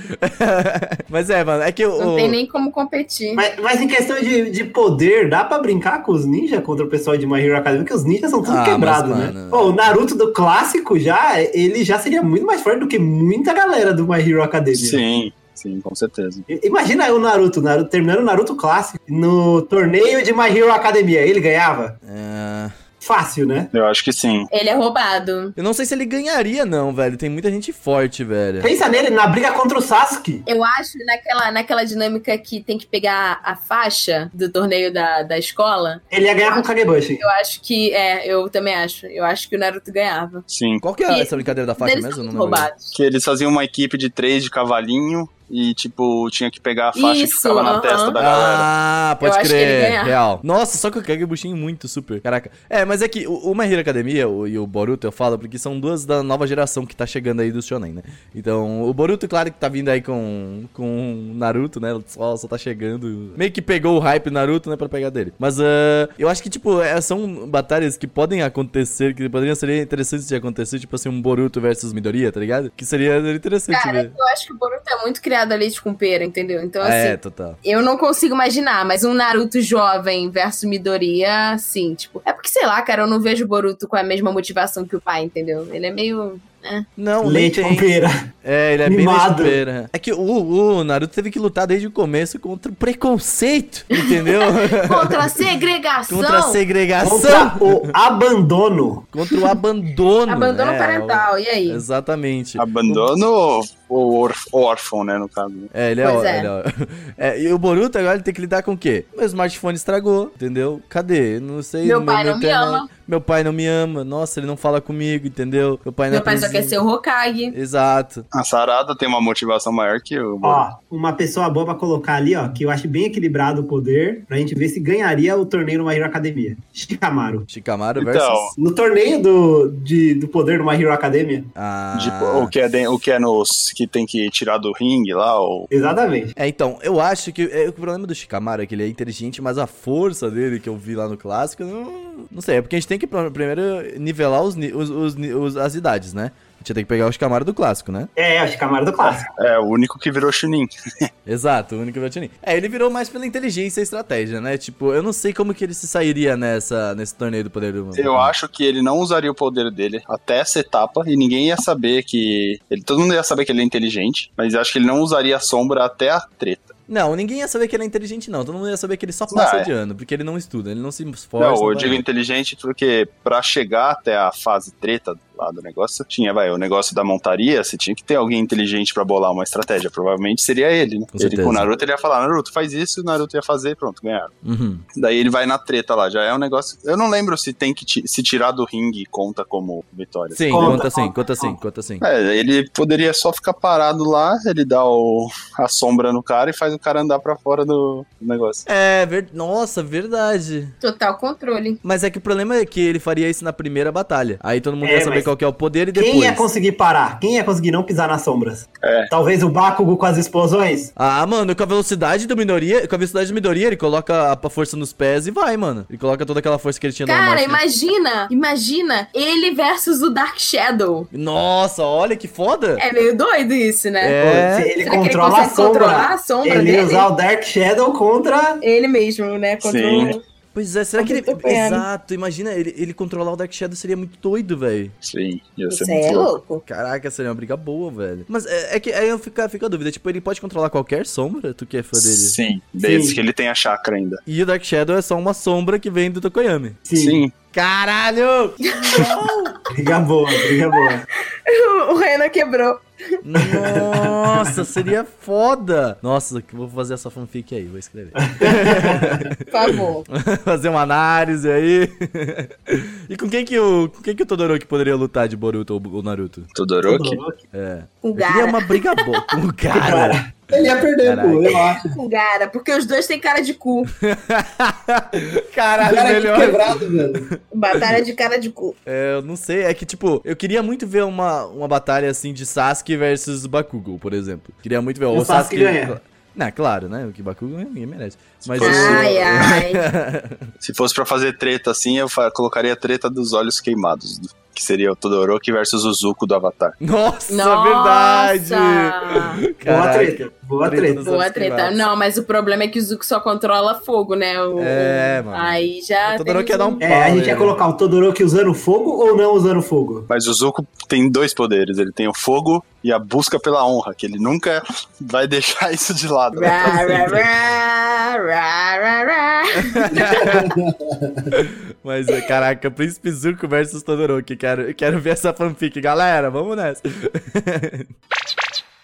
mas é, mano, é que o... Não tem nem como competir. Mas, mas em questão de, de poder, dá pra brincar com os ninjas contra o pessoal de My Hero Academia? Porque os ninjas são tudo Ah, quebrados, mas, né? mano- Pô, o Naruto do clássico já, ele já seria muito mais forte do que muita galera do My Hero Academia. Sim, sim, com certeza. I- Imagina aí o Naruto, Naruto- terminando o Naruto clássico no torneio de My Hero Academia. Ele ganhava? Ah, Fácil, né? Eu acho que sim. Ele é roubado. Eu não sei se ele ganharia não, velho, tem muita gente forte, velho. Pensa nele na briga contra o Sasuke. Eu acho naquela, naquela dinâmica que tem que pegar a faixa do torneio da, da escola. Ele ia ganhar com o Kagebushi. Eu acho que. É, eu também acho. Eu acho que o Naruto ganhava. Sim. Qual que é E- essa brincadeira da faixa Eles mesmo? são Eu muito não lembro. roubados. Que eles faziam uma equipe de três de cavalinho e, tipo, tinha que pegar a faixa Isso, que ficava na aham. testa da galera. Ah, pode Eu acho que ele crer. ganha. Real. Nossa, só que eu caguei o buchinho muito, super. Caraca. É, mas é que o, o My Hero Academia o- e o Boruto, eu falo, porque são duas da nova geração que tá chegando aí do Shonen, né? Então, o Boruto, claro que tá vindo aí com com o Naruto, né? Só, só tá chegando. Meio que pegou o hype Naruto, né? Pra pegar dele. Mas ah, eu acho que, tipo, é, são batalhas que podem acontecer, que poderiam ser interessantes de acontecer, tipo assim, um Boruto versus Midoriya, tá ligado? Que seria interessante Cara, ver. eu acho que o Boruto é muito virado a leite com pera, entendeu? Então, É, assim, total. eu não consigo imaginar, mas um Naruto jovem versus Midoriya, sim, tipo. É porque, sei lá, cara, eu não vejo o Boruto com a mesma motivação que o pai, entendeu? Ele é meio. Não, nem Leite tem. com pera. É, ele é Mimado. bem leite É que o, o Naruto teve que lutar desde o começo contra o preconceito, entendeu? Contra a segregação! contra a segregação, Contra o abandono. contra o abandono. Abandono né? parental, e aí? Exatamente. Abandono ou órf- órfão, né, no caso. É, ele é, Pois ó- é. ele é ó- É, E o Boruto agora ele tem que lidar com o quê? Meu smartphone estragou, entendeu? Cadê? Eu Não sei. Meu pai não me internet- ama. Meu pai não me ama. Nossa, ele não fala comigo, entendeu? Meu pai não Meu pai só quer cozinha. ser um o Hokage. Exato. A Sarada tem uma motivação maior que o Boruto. Ó, uma pessoa boa pra colocar ali, ó, que eu acho bem equilibrado o poder, pra gente ver se ganharia o torneio no My Hero Academia. Shikamaru. Shikamaru Então. versus. No torneio do, de- do poder do My Hero Academia? Ah. Tipo, o, que é den- o que é nos. que tem que tirar do ringue lá, o Exatamente. É, então, eu acho que é, o problema do Shikamaru é que ele é inteligente, mas a força dele que eu vi lá no clássico, eu não, não sei. É porque a gente tem que pr- primeiro nivelar os, ni- os- os ni- os- as idades, né? A gente tem que pegar o Shikamaru do clássico, né? É, é o Shikamaru do clássico. É, o único que virou Chunin. Exato, o único Platini. É, ele virou mais pela inteligência e estratégia, né? Tipo, eu não sei como que ele se sairia nessa, nesse torneio do poder do mundo. Eu acho que ele não usaria o poder dele até essa etapa e ninguém ia saber que. Ele, todo mundo ia saber que ele é inteligente, mas acho que ele não usaria a sombra até a treta. Não, ninguém ia saber que ele é inteligente, não. Todo mundo ia saber que ele só passa Não, é. de ano, porque ele não estuda, ele não se esforça. não, eu vai. digo inteligente porque pra chegar até a fase treta lá do negócio, tinha, vai, o negócio da montaria, você tinha que ter alguém inteligente pra bolar uma estratégia. Provavelmente seria ele, né? Com ele certeza. com o Naruto, ele ia falar, Naruto, faz isso, o Naruto ia fazer, pronto, ganharam. Uhum. Daí ele vai na treta lá, já é um negócio. Eu não lembro se tem que ti- se tirar do ringue conta como vitória. Sim, Conta, conta sim, conta, conta sim, conta sim. É, ele poderia só ficar parado lá, ele dá o, a sombra no cara e faz o cara andar pra fora do negócio. É, ver... nossa, verdade. Total controle. Mas é que o problema é que ele faria isso na primeira batalha. Aí todo mundo É, ia saber mas qual que é o poder e Quem depois. ia conseguir parar? Quem ia conseguir não pisar nas sombras? É. Talvez o Bakugo com as explosões? Ah, mano, com a velocidade do Minoria, com a velocidade do Minoria, ele coloca a força nos pés e vai, mano. Ele coloca toda aquela força que ele tinha no Cara, normal. imagina, imagina ele versus o Dark Shadow. Nossa, olha que foda! É meio doido isso, né? É. Se ele Será que ele controla a consegue sombra. controlar a sombra ele ia dele? usar o Dark Shadow contra. Ele mesmo, né? Contra Sim. o- Pois é, será que ele. Eu tô vendo. Exato, imagina, ele, ele controlar o Dark Shadow seria muito doido, velho. Sim, ia ser Isso muito aí é louco. louco. Caraca, seria uma briga boa, velho. Mas é, é que aí eu fico, fica a dúvida, tipo, ele pode controlar qualquer sombra, tu que é fã dele. Sim, desde Sim. que ele tem a chakra ainda. E o Dark Shadow é só uma sombra que vem do Tokoyami. Sim. Sim. Caralho! Briga boa, briga boa. o Renan quebrou. Nossa, seria foda! Nossa, que eu vou fazer essa fanfic aí, vou escrever. Por favor. fazer uma análise aí. e com quem que o, com quem que o Todoroki poderia lutar de Boruto ou ou Naruto? Todoroki? É. Com o Eu queria Gara. uma briga boa com o cara. Cara, ele ia perder, Caraca. pô, eu acho. Com o Gara. Porque os dois têm cara de cu. Caralho, Cara, que melhor. quebrado, velho. Batalha de cara de cu. É, eu não sei, é que tipo, eu queria muito ver uma, uma batalha assim de Sasuke versus Bakugou, por exemplo. Queria muito ver o Sasuke ganha. Não, claro, né? O que Bakugou ninguém merece. Mas fosse- eu- Ai, ai. Se fosse pra fazer treta assim, eu fa- colocaria a treta dos olhos queimados. Que seria o Todoroki versus o Zuko do Avatar. Nossa, Nossa! é verdade. Boa Caraca. treta, boa Treta treta. dos Boa olhos treta. queimados. Não, mas o problema é que o Zuko só controla fogo, né? O- É, mano. Aí já. O Todoroki temos ia dar um É, a gente ia Valeu. colocar o Todoroki usando fogo ou não usando fogo? Mas o Zuko tem dois poderes. Ele tem o fogo e a busca pela honra, que ele nunca vai deixar isso de lado. Rá, rá, rá, rá, rá, rá. Mas, é, caraca, Príncipe Zuko versus Todoroki. Quero, eu quero ver essa fanfic, galera. Vamos nessa.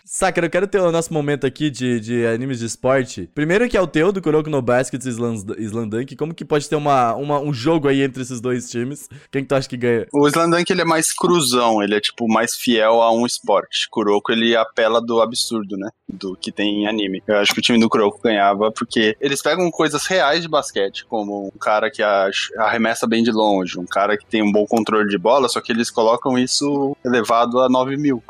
Sakura, eu quero ter o nosso momento aqui de, de animes de esporte. Primeiro que é o teu, do Kuroko no Baskets e Slam- Slam Dunk. Como que pode ter uma, uma- um jogo aí entre esses dois times? Quem que tu acha que ganha? O Slandank ele é mais cruzão, ele é tipo mais fiel a um esporte. Kuroko ele apela do absurdo, né? Do que tem em anime. Eu acho que o time do Kuroko ganhava porque eles pegam coisas reais de basquete, como um cara que a- arremessa bem de longe, um cara que tem um bom controle de bola, só que eles colocam isso elevado a 9 mil.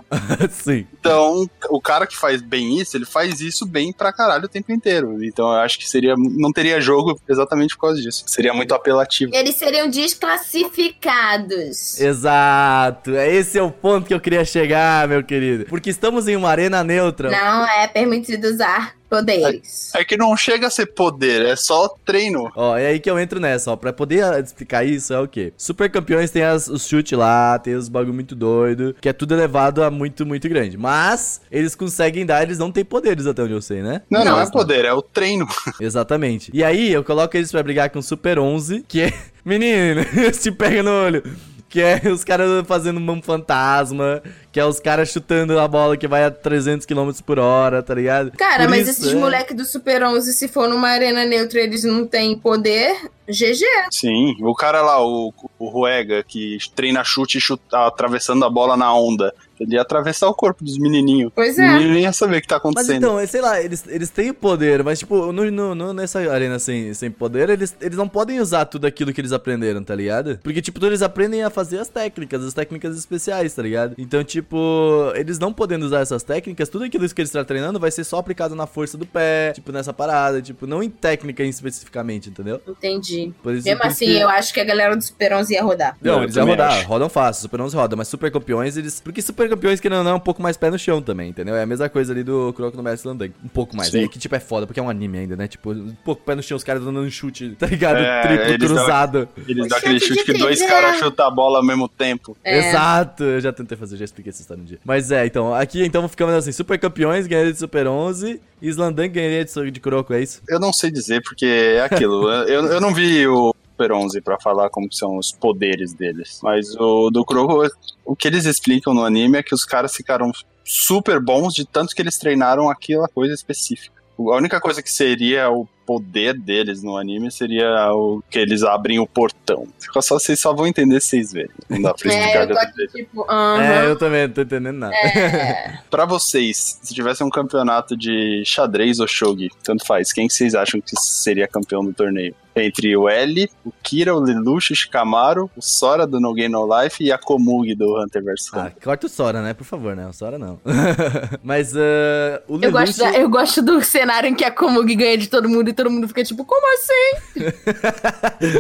Sim. Então, o cara que faz bem isso, ele faz isso bem pra caralho o tempo inteiro. Então, eu acho que seria não teria jogo exatamente por causa disso. Seria muito apelativo. Eles seriam desclassificados. Exato. É esse é o ponto que eu queria chegar, meu querido. Porque estamos em uma arena neutra. Não não é permitido usar poderes. É que não chega a ser poder, é só treino. Ó, é aí que eu entro nessa, ó. Pra poder ah, explicar isso, é o quê? Super campeões tem as- os chutes lá, tem os bagulho muito doido, que é tudo elevado a muito, muito grande. Mas eles conseguem dar, eles não têm poderes, até onde eu sei, né? Não, não, Mas é poder, é o treino. Exatamente. E aí eu coloco eles pra brigar com o Super 11, que é. Menino, te pega no olho. Que é os caras fazendo mão fantasma, que é os caras chutando a bola que vai a 300 km por hora, tá ligado? Cara, Por mas isso, esses é. moleque do Super 11, se for numa arena neutra, eles não têm poder. GG. Sim, o cara lá, o, o Ruega, que treina chute e chuta, atravessando a bola na onda. Ele ia atravessar o corpo dos menininhos. Pois O é. menino nem ia saber o que tá Mas acontecendo. então, é, sei lá, eles, eles têm o poder, mas tipo, no, no- no- nessa arena sem, sem poder, eles, eles não podem usar tudo aquilo que eles aprenderam, tá ligado? Porque, tipo, eles aprendem a fazer as técnicas, as técnicas especiais, tá ligado? Então, tipo, eles não podendo usar essas técnicas, tudo aquilo que eles estão treinando vai ser só aplicado na força do pé, tipo, nessa parada, tipo, não em técnica especificamente, entendeu? Entendi. Por isso, Mesmo por assim, isso que- eu acho que a galera do Super 11 ia rodar. não, Eu eles iam É, também rodar, acho. rodam fácil, Super 11 roda, mas Super Campeões, eles. Porque Super Campeões, querendo ou não, é um pouco mais pé no chão também, entendeu? É a mesma coisa ali do Croco no Mestre Landango. Um pouco mais. Sim. É que tipo é foda, porque é um anime ainda, né? Tipo, um pouco pé no chão, os caras dando um chute, tá ligado? É, Triplo, eles dão- cruzado. Eles O dão aquele chute chute de que dois três, caras é. chutam a bola ao mesmo tempo. É. Exato, eu já tentei fazer, já expliquei essa história um dia. Mas é, então, aqui então ficamos assim: Super Campeões ganharia de Super 11, e Slandank ganharia de, de Croco, é isso? Eu não sei dizer, porque é aquilo. eu, eu não vi o Super 11 pra falar como que são os poderes deles. Mas o do Krogo, o que eles explicam no anime é que os caras ficaram super bons de tanto que eles treinaram aquela coisa específica. A única coisa que seria o poder deles no anime seria o que eles abrem o portão. Fica só, vocês só vão entender se vocês verem. Não dá pra É, explicar eu de outro jeito. Tipo, aham. É, eu também não tô entendendo nada. É. Pra vocês, se tivesse um campeonato de xadrez ou shogi, tanto faz, quem que vocês acham que seria campeão do torneio? Entre o L, o Kira, o Lelouch, o Shikamaru, o Sora do No Game No Life e a Komugi do Hunter vs. Ah, Hunter. corta o Sora, né? Por favor, né? O Sora não. Mas ah, o Eu Lelouch- gosto, da- eu gosto do cenário em que a Komugi ganha de todo mundo e todo mundo fica tipo, como assim?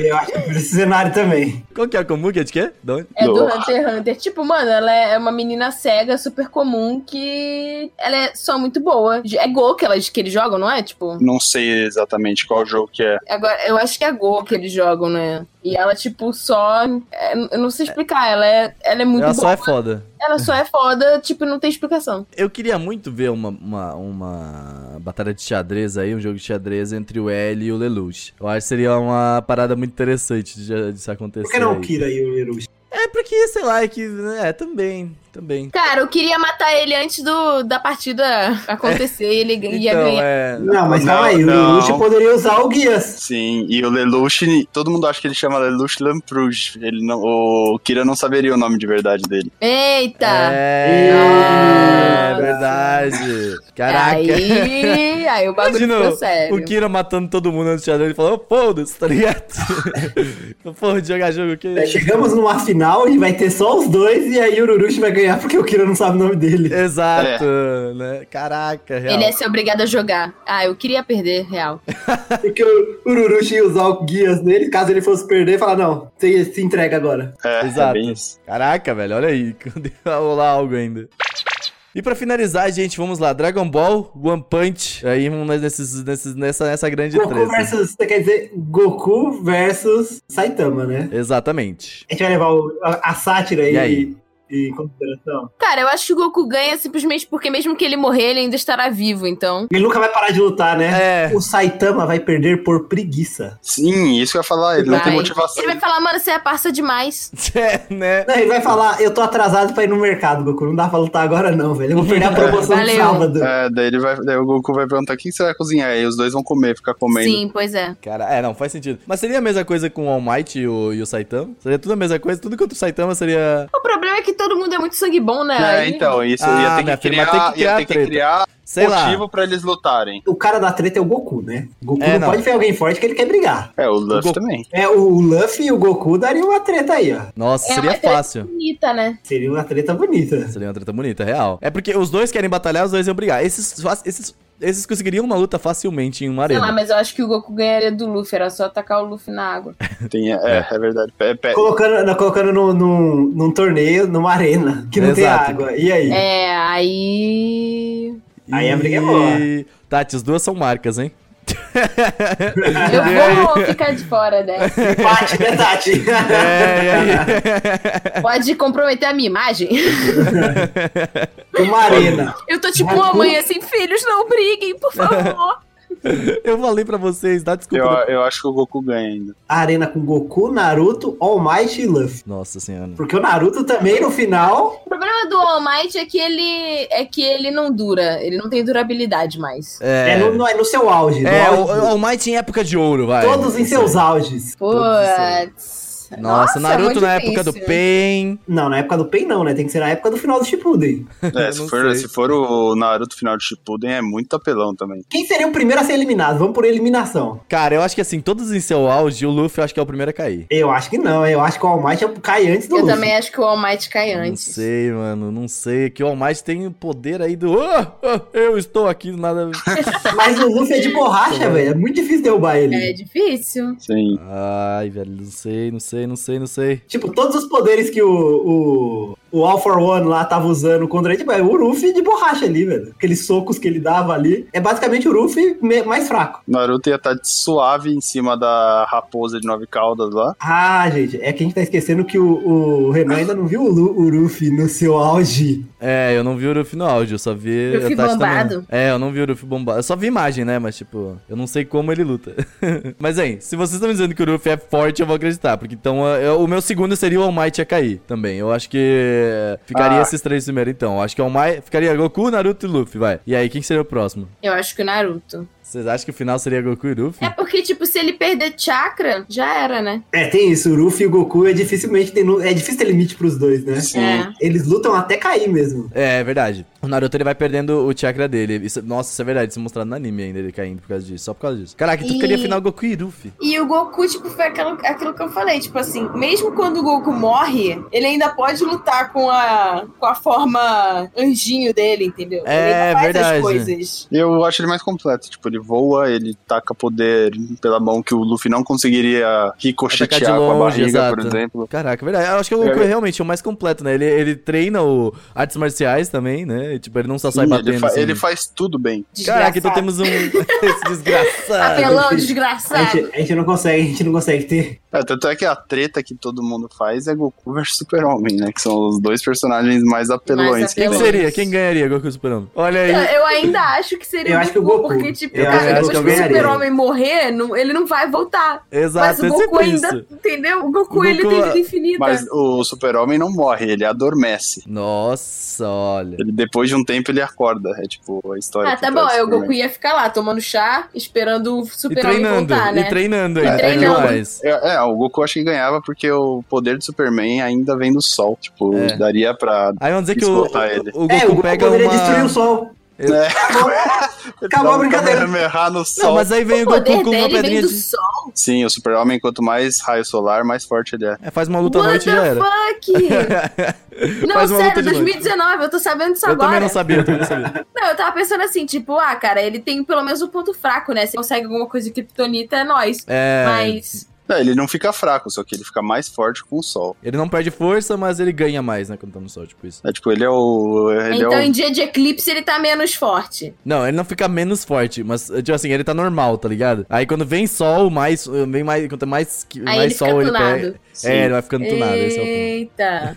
Eu acho que esse cenário também. Qual que é a Komugi? É de quê? De onde? É do Do- Hunter x Hunter. Tipo, mano, ela é uma menina cega, super comum, que ela é só muito boa. É Go que, elas, que eles jogam, não é? Tipo, Não sei exatamente qual jogo que é. agora, eu acho que é Go que eles jogam, né? E ela, tipo, só. é, eu não sei explicar. Ela é, ela é muito Ela boa. só é foda. Ela só é foda, tipo, não tem explicação. Eu queria muito ver uma, uma, uma batalha de xadrez aí, um jogo de xadrez entre o L e o Lelouch. Eu acho que seria uma parada muito interessante de, de se acontecer. Por que não o aí. Kira e o Lelouch? É porque, sei lá, é que. É, também, também. Cara, eu queria matar ele antes do, da partida acontecer e ele ia então, ganhar. é. Não, mas Não, calma aí, o não. Lelouch poderia usar o Guias. Sim, e o Lelouch, todo mundo acha que ele chama Lelouch Lamprouge. Ele não, o Kira não saberia o nome de verdade dele. Eita! É, é Nossa. verdade. Caraca. Aí, aí o bagulho Imagina ficou o- sério. O Kira matando todo mundo antes de xadrez, ele falou, "Ô, foda-se, tá ligado? Porra, de jogar jogo que. É, Chegamos numa final e vai ter só os dois, e aí o Ururushi vai ganhar porque o Kira não sabe o nome dele. Exato, né? Caraca, real. Ele é ia ser obrigado a jogar. Ah, eu queria perder, real. É. Porque o Ururushi ia usar o Guias nele, caso ele fosse perder, falar, não, você se entrega agora. É, Exato. é bem isso. Caraca, velho, olha aí, quando ia rolar algo ainda. E pra finalizar, gente, vamos lá. Dragon Ball, One Punch, aí um nesses, nesses, nessa, nessa grande Goku treta. versus, você quer dizer, Goku versus Saitama, né? Exatamente. A gente vai levar o- a, a sátira E aí, aí? em consideração. Cara, eu acho que o Goku ganha simplesmente porque mesmo que ele morrer, ele ainda estará vivo, então. Ele nunca vai parar de lutar, né? É, O Saitama vai perder por preguiça. Sim, isso que eu ia falar, ele não tem Vai. motivação. Ele vai falar, mano, você é parça demais. é, né? Não, ele vai falar, eu tô atrasado pra ir no mercado, Goku. Não dá pra lutar agora não, velho. Eu vou perder a promoção de Valeu. sábado. É, daí ele vai. Daí o Goku vai perguntar o que você vai cozinhar. E os dois vão comer, ficar comendo. Sim, pois é. Cara, é, não, faz sentido. Mas seria a mesma coisa com o All Might e o, e o Saitama? Seria tudo a mesma coisa? Tudo contra o Saitama seria... O problema é que todo mundo é muito sangue bom, né? É, Aí- então, isso Ah, ia ter minha que filha, mas tem que criar, criar ia ter que treta. criar Sei motivo lá. pra eles lutarem. O cara da treta é o Goku, né? O Goku É, não, não. pode ver alguém forte que ele quer brigar. É, o O Luffy Goku- também. É, o Luffy e o Goku dariam uma treta aí, ó. Nossa, É seria uma treta fácil. bonita, né? Seria uma treta bonita. Seria uma treta bonita, real. É porque os dois querem batalhar, os dois iam brigar. Esses, fa- esses, esses conseguiriam uma luta facilmente em uma Sei lá, arena. mas eu acho que o Goku ganharia do Luffy, era só atacar o Luffy na água. Tem, é, é, verdade. É, é, Colocando, não, colocando num, num, num torneio, numa arena, que não tem Exato. água. E aí? É, aí. Aí a briga é boa. Tati, as duas são marcas, hein? Eu vou ficar de fora dessa. É, Empate, né, Tati? Pode comprometer a minha imagem. Uma arena. Eu tô tipo uma mãe assim, filhos, não briguem, por favor. Eu falei pra vocês, dá desculpa. Eu, depois. eu acho que o Goku ganha ainda. Arena com Goku, Naruto, All Might e Luffy. Nossa senhora. Porque o Naruto também, no final, O problema do All Might é que ele é que ele não dura, ele não tem durabilidade mais. é, no, no- é no seu auge. no É, o, é, auge. o All Might em época de ouro, vai. todos em seus auges. Putz. Nossa, Naruto é muito na época do difícil. Pain. Não, na época do Pain não, né? Tem que ser na época do final do Shippuden. É, Eu se não for, sei. se for o Naruto final de Shippuden, é muito apelão também. Quem seria o primeiro a ser eliminado? Vamos por eliminação. Cara, eu acho que assim, todos em seu auge, o Luffy eu acho que é o primeiro a cair. Eu acho que não, eu acho que o All Might é- cai antes do Eu Luffy. também acho que o All Might cai Não antes. sei, mano, não sei. Que o All Might tem o poder aí do. "Ah, ah, eu estou aqui, nada. Mas o Luffy é de borracha, velho. É muito difícil derrubar ele. É difícil. Sim. Ai, velho, não sei, não sei, não sei, não sei. Tipo, todos os poderes que o, o, o All for One lá tava usando contra ele, tipo, é o Luffy de borracha ali, velho. Aqueles socos que ele dava ali. É basicamente o Luffy me- mais fraco. Naruto ia estar de suave em cima da raposa de nove caudas lá. Ah, gente, é que a gente tá esquecendo que o, o Renan ainda não viu o, Lu, o Luffy no seu auge. É, eu não vi o Luffy no áudio, eu só vi. Luffy a Tati também. bombado. É, eu não vi o Luffy bombado. Eu só vi imagem, né? Mas, tipo, eu não sei como ele luta. Mas, hein, se vocês estão dizendo que o Luffy é forte, eu vou acreditar. Porque então eh, eu- o meu segundo seria o All Might a cair também. Eu acho que eh, ficaria Ah. esses três primeiro, então. Eu acho que o All Might ficaria Goku, Naruto e Luffy, vai. E aí, quem seria o próximo? Eu acho que o Naruto. Vocês acham que o final seria Goku e Luffy? É porque, tipo, se ele perder chakra, já era, né? É, tem isso. O Luffy e o Goku é dificilmente tem, nu- é difícil ter limite pros dois, né? Sim. É. Eles lutam até cair mesmo. É, é verdade. O Naruto ele vai perdendo o chakra dele. Isso- nossa, isso é verdade. Isso é mostrado no anime ainda, ele caindo por causa disso. Só por causa disso. Caraca, tu E- queria final Goku e Luffy. E o Goku, tipo, foi aquilo, aquilo que eu falei, tipo assim, mesmo quando o Goku morre, ele ainda pode lutar com a, com a forma anjinho dele, entendeu? ele É, ainda faz verdade. as coisas. Eu acho ele mais completo. Tipo, ele voa, ele taca poder pela mão que o Luffy não conseguiria ricochetear Atacar de com a longe, barriga, exato. por exemplo. Caraca, é verdade. Eu acho que o Goku é realmente o mais completo, né? Ele, ele treina o artes marciais também, né? E, tipo, ele não só sai Sim, batendo. Hum, ele, fa- assim. ele faz tudo bem. Caraca, então temos Desgraçado. um. Esse desgraçado. Apelão, A desgraçado. gente, a gente não consegue, a gente não consegue ter. É, tanto é que a treta que todo mundo faz é Goku versus Super-Homem, né? Que são os dois personagens mais apelões. que Quem tem. apelões. seria? Quem ganharia Goku e Superman? Olha aí. Eu, Então, eu ainda acho que seria Eu o acho que o Goku. porque, tipo, Eu acho cara, que depois que eu o ganharia. super-homem morrer, não- ele não vai voltar. Exato, Mas é o Goku sempre ainda, isso. entendeu? O Goku, O ele Goku- é tem vida infinita. Mas o Super-Homem não morre, ele adormece. Nossa, olha. Ele, depois de um tempo ele acorda. É tipo né? a história. Ah, que tá traz bom, aí o Superman. Goku ia ficar lá tomando chá, esperando o E super-homem treinando, voltar, né? e treinando E ainda. treinando. demais. É, é, o Goku acho que ganhava porque o poder do Superman ainda vem do sol. Tipo, É. daria pra. Aí vamos dizer que o, Esgotar ele. o Goku é, o Goku pega poderia uma... destruir o sol. É. Acabou a brincadeira. um errar no Não, sol. mas aí vem o, O Goku poder com uma dele vem pedrinha do de... sol, Sim, o Super-Homem, quanto mais raio solar, mais forte ele é. É, faz uma luta à What noite e the já era. fuck? Não, Faz uma luta sério, de noite. 2019, eu tô sabendo disso Eu também agora. não sabia, eu também não sabia. Não, eu tava pensando assim, tipo, ah, cara, ele tem pelo menos um ponto fraco, né? Se consegue alguma coisa de kryptonita, é nóis. É, Mas É, ele não fica fraco, só que ele fica mais forte com o sol. ele não perde força, mas ele ganha mais, né, quando tá no sol, tipo isso. É tipo, ele é o. Ele então é o em dia de eclipse ele tá menos forte. Não, ele não fica menos forte, mas, tipo assim, ele tá normal, tá ligado? Aí quando vem sol, mais, eh, vem mais, quanto mais, que- mais ele fica sol ele tunado. pega... Sim. É, ele vai ficando tunado, esse é o ponto. Eita.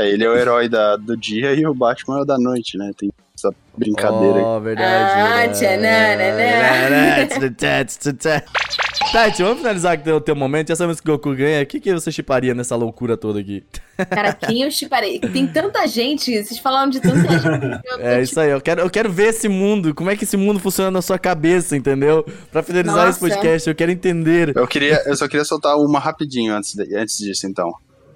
É, ele é o herói da- do dia e o Batman é o da noite, né? Tem essa brincadeira. Oh, verdade. Ah, né, verdade. tchananana. Tchan, tchan, tchan, tchan. Tati, vamos finalizar aqui o teu momento. Já sabemos que o Goku ganha. O que, que você chiparia nessa loucura toda aqui? Cara, quem eu chiparei? Tem tanta gente, vocês falaram de tanta gente. Eu tô, É isso aí, eu quero, eu quero ver esse mundo, como é que esse mundo funciona na sua cabeça, entendeu? Pra finalizar esse Nossa. podcast, eu quero entender. Eu, queria, eu só queria soltar uma rapidinho antes, de- antes disso, então.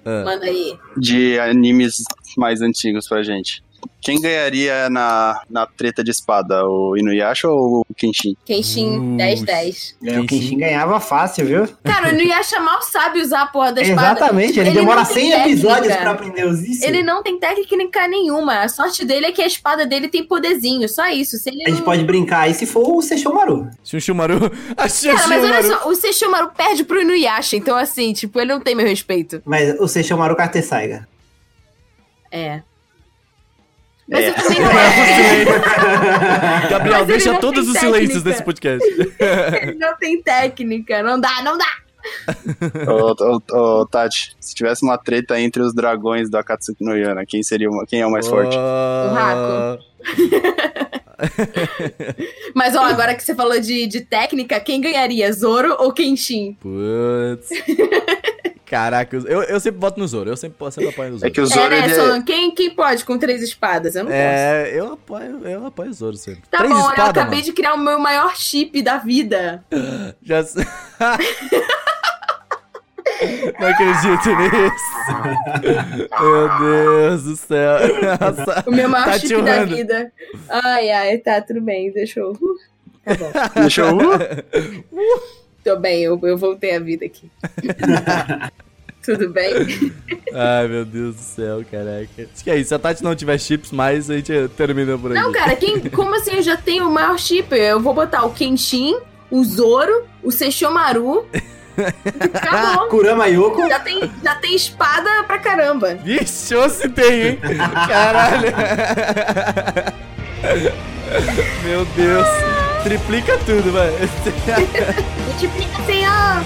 É. tipo, Manda aí. De animes mais antigos pra gente. Quem ganharia na, na treta de espada? O Inuyasha ou o Kenshin? Kenshin Nossa. 1010. É, o Kenshin ganhava fácil, viu? Cara, o Nuyasha mal sabe usar a porra da espada. Exatamente, ele, Ele demora não tem 100 técnica. episódios pra aprender os isso. Ele não tem técnica nenhuma. A sorte dele é que a espada dele tem poderzinho, só isso. Se ele A gente não- pode brincar aí se for o Sechomaru. Shunchumaru, a Cara, mas olha Shunchumaru. só, o Sesshomaru perde pro Inuyasha, então assim, tipo, ele não tem meu respeito. Mas o Sechomaru Kartesaiga. É. Mas É. eu também não Para acho. com silêncio. Gabriel, Mas ele deixa não todos tem os silêncios técnica. desse podcast. Ele não tem técnica. Não dá, não dá. Ô, ô, ô, Tati, se tivesse uma treta entre os dragões do Akatsuki no Yona, quem seria uma, quem é o mais forte? O Ah, Raco. Mas ó, agora que você falou de, de técnica, quem ganharia? Zoro ou Kenshin? Putz. Caraca, eu, eu sempre boto no Zoro, eu sempre, eu sempre apoio no Zoro. É que o É, Zoro, né, ele é... Solon? Quem, quem pode com três espadas? Eu não posso. É, eu apoio, eu apoio o Zoro sempre. Tá Três bom, eu espadas, acabei de criar o meu maior chip da vida. mano. Já... s- Não acredito nisso. Meu Deus do céu. Nossa. O meu maior Tá chip te da honrando. vida. Ai, ai, tá, tudo bem, deixa eu. Tá bom. Deixa eu... Uh! Tô bem, eu, eu voltei à vida aqui. tudo bem? Ai, meu Deus do céu, caraca. Acho que é isso. Se a Tati não tiver chips mais, a gente termina por aqui. Não, cara, quem, como assim eu já tenho o maior chip? Eu vou botar o Kenshin, o Zoro, o Sesshomaru. Acabou. Kurama Yoko? Já tem, já tem espada pra caramba. Vixe, ou se tem, hein? Caralho. Meu Deus. Triplica tudo, vai. Multiplica, senhor!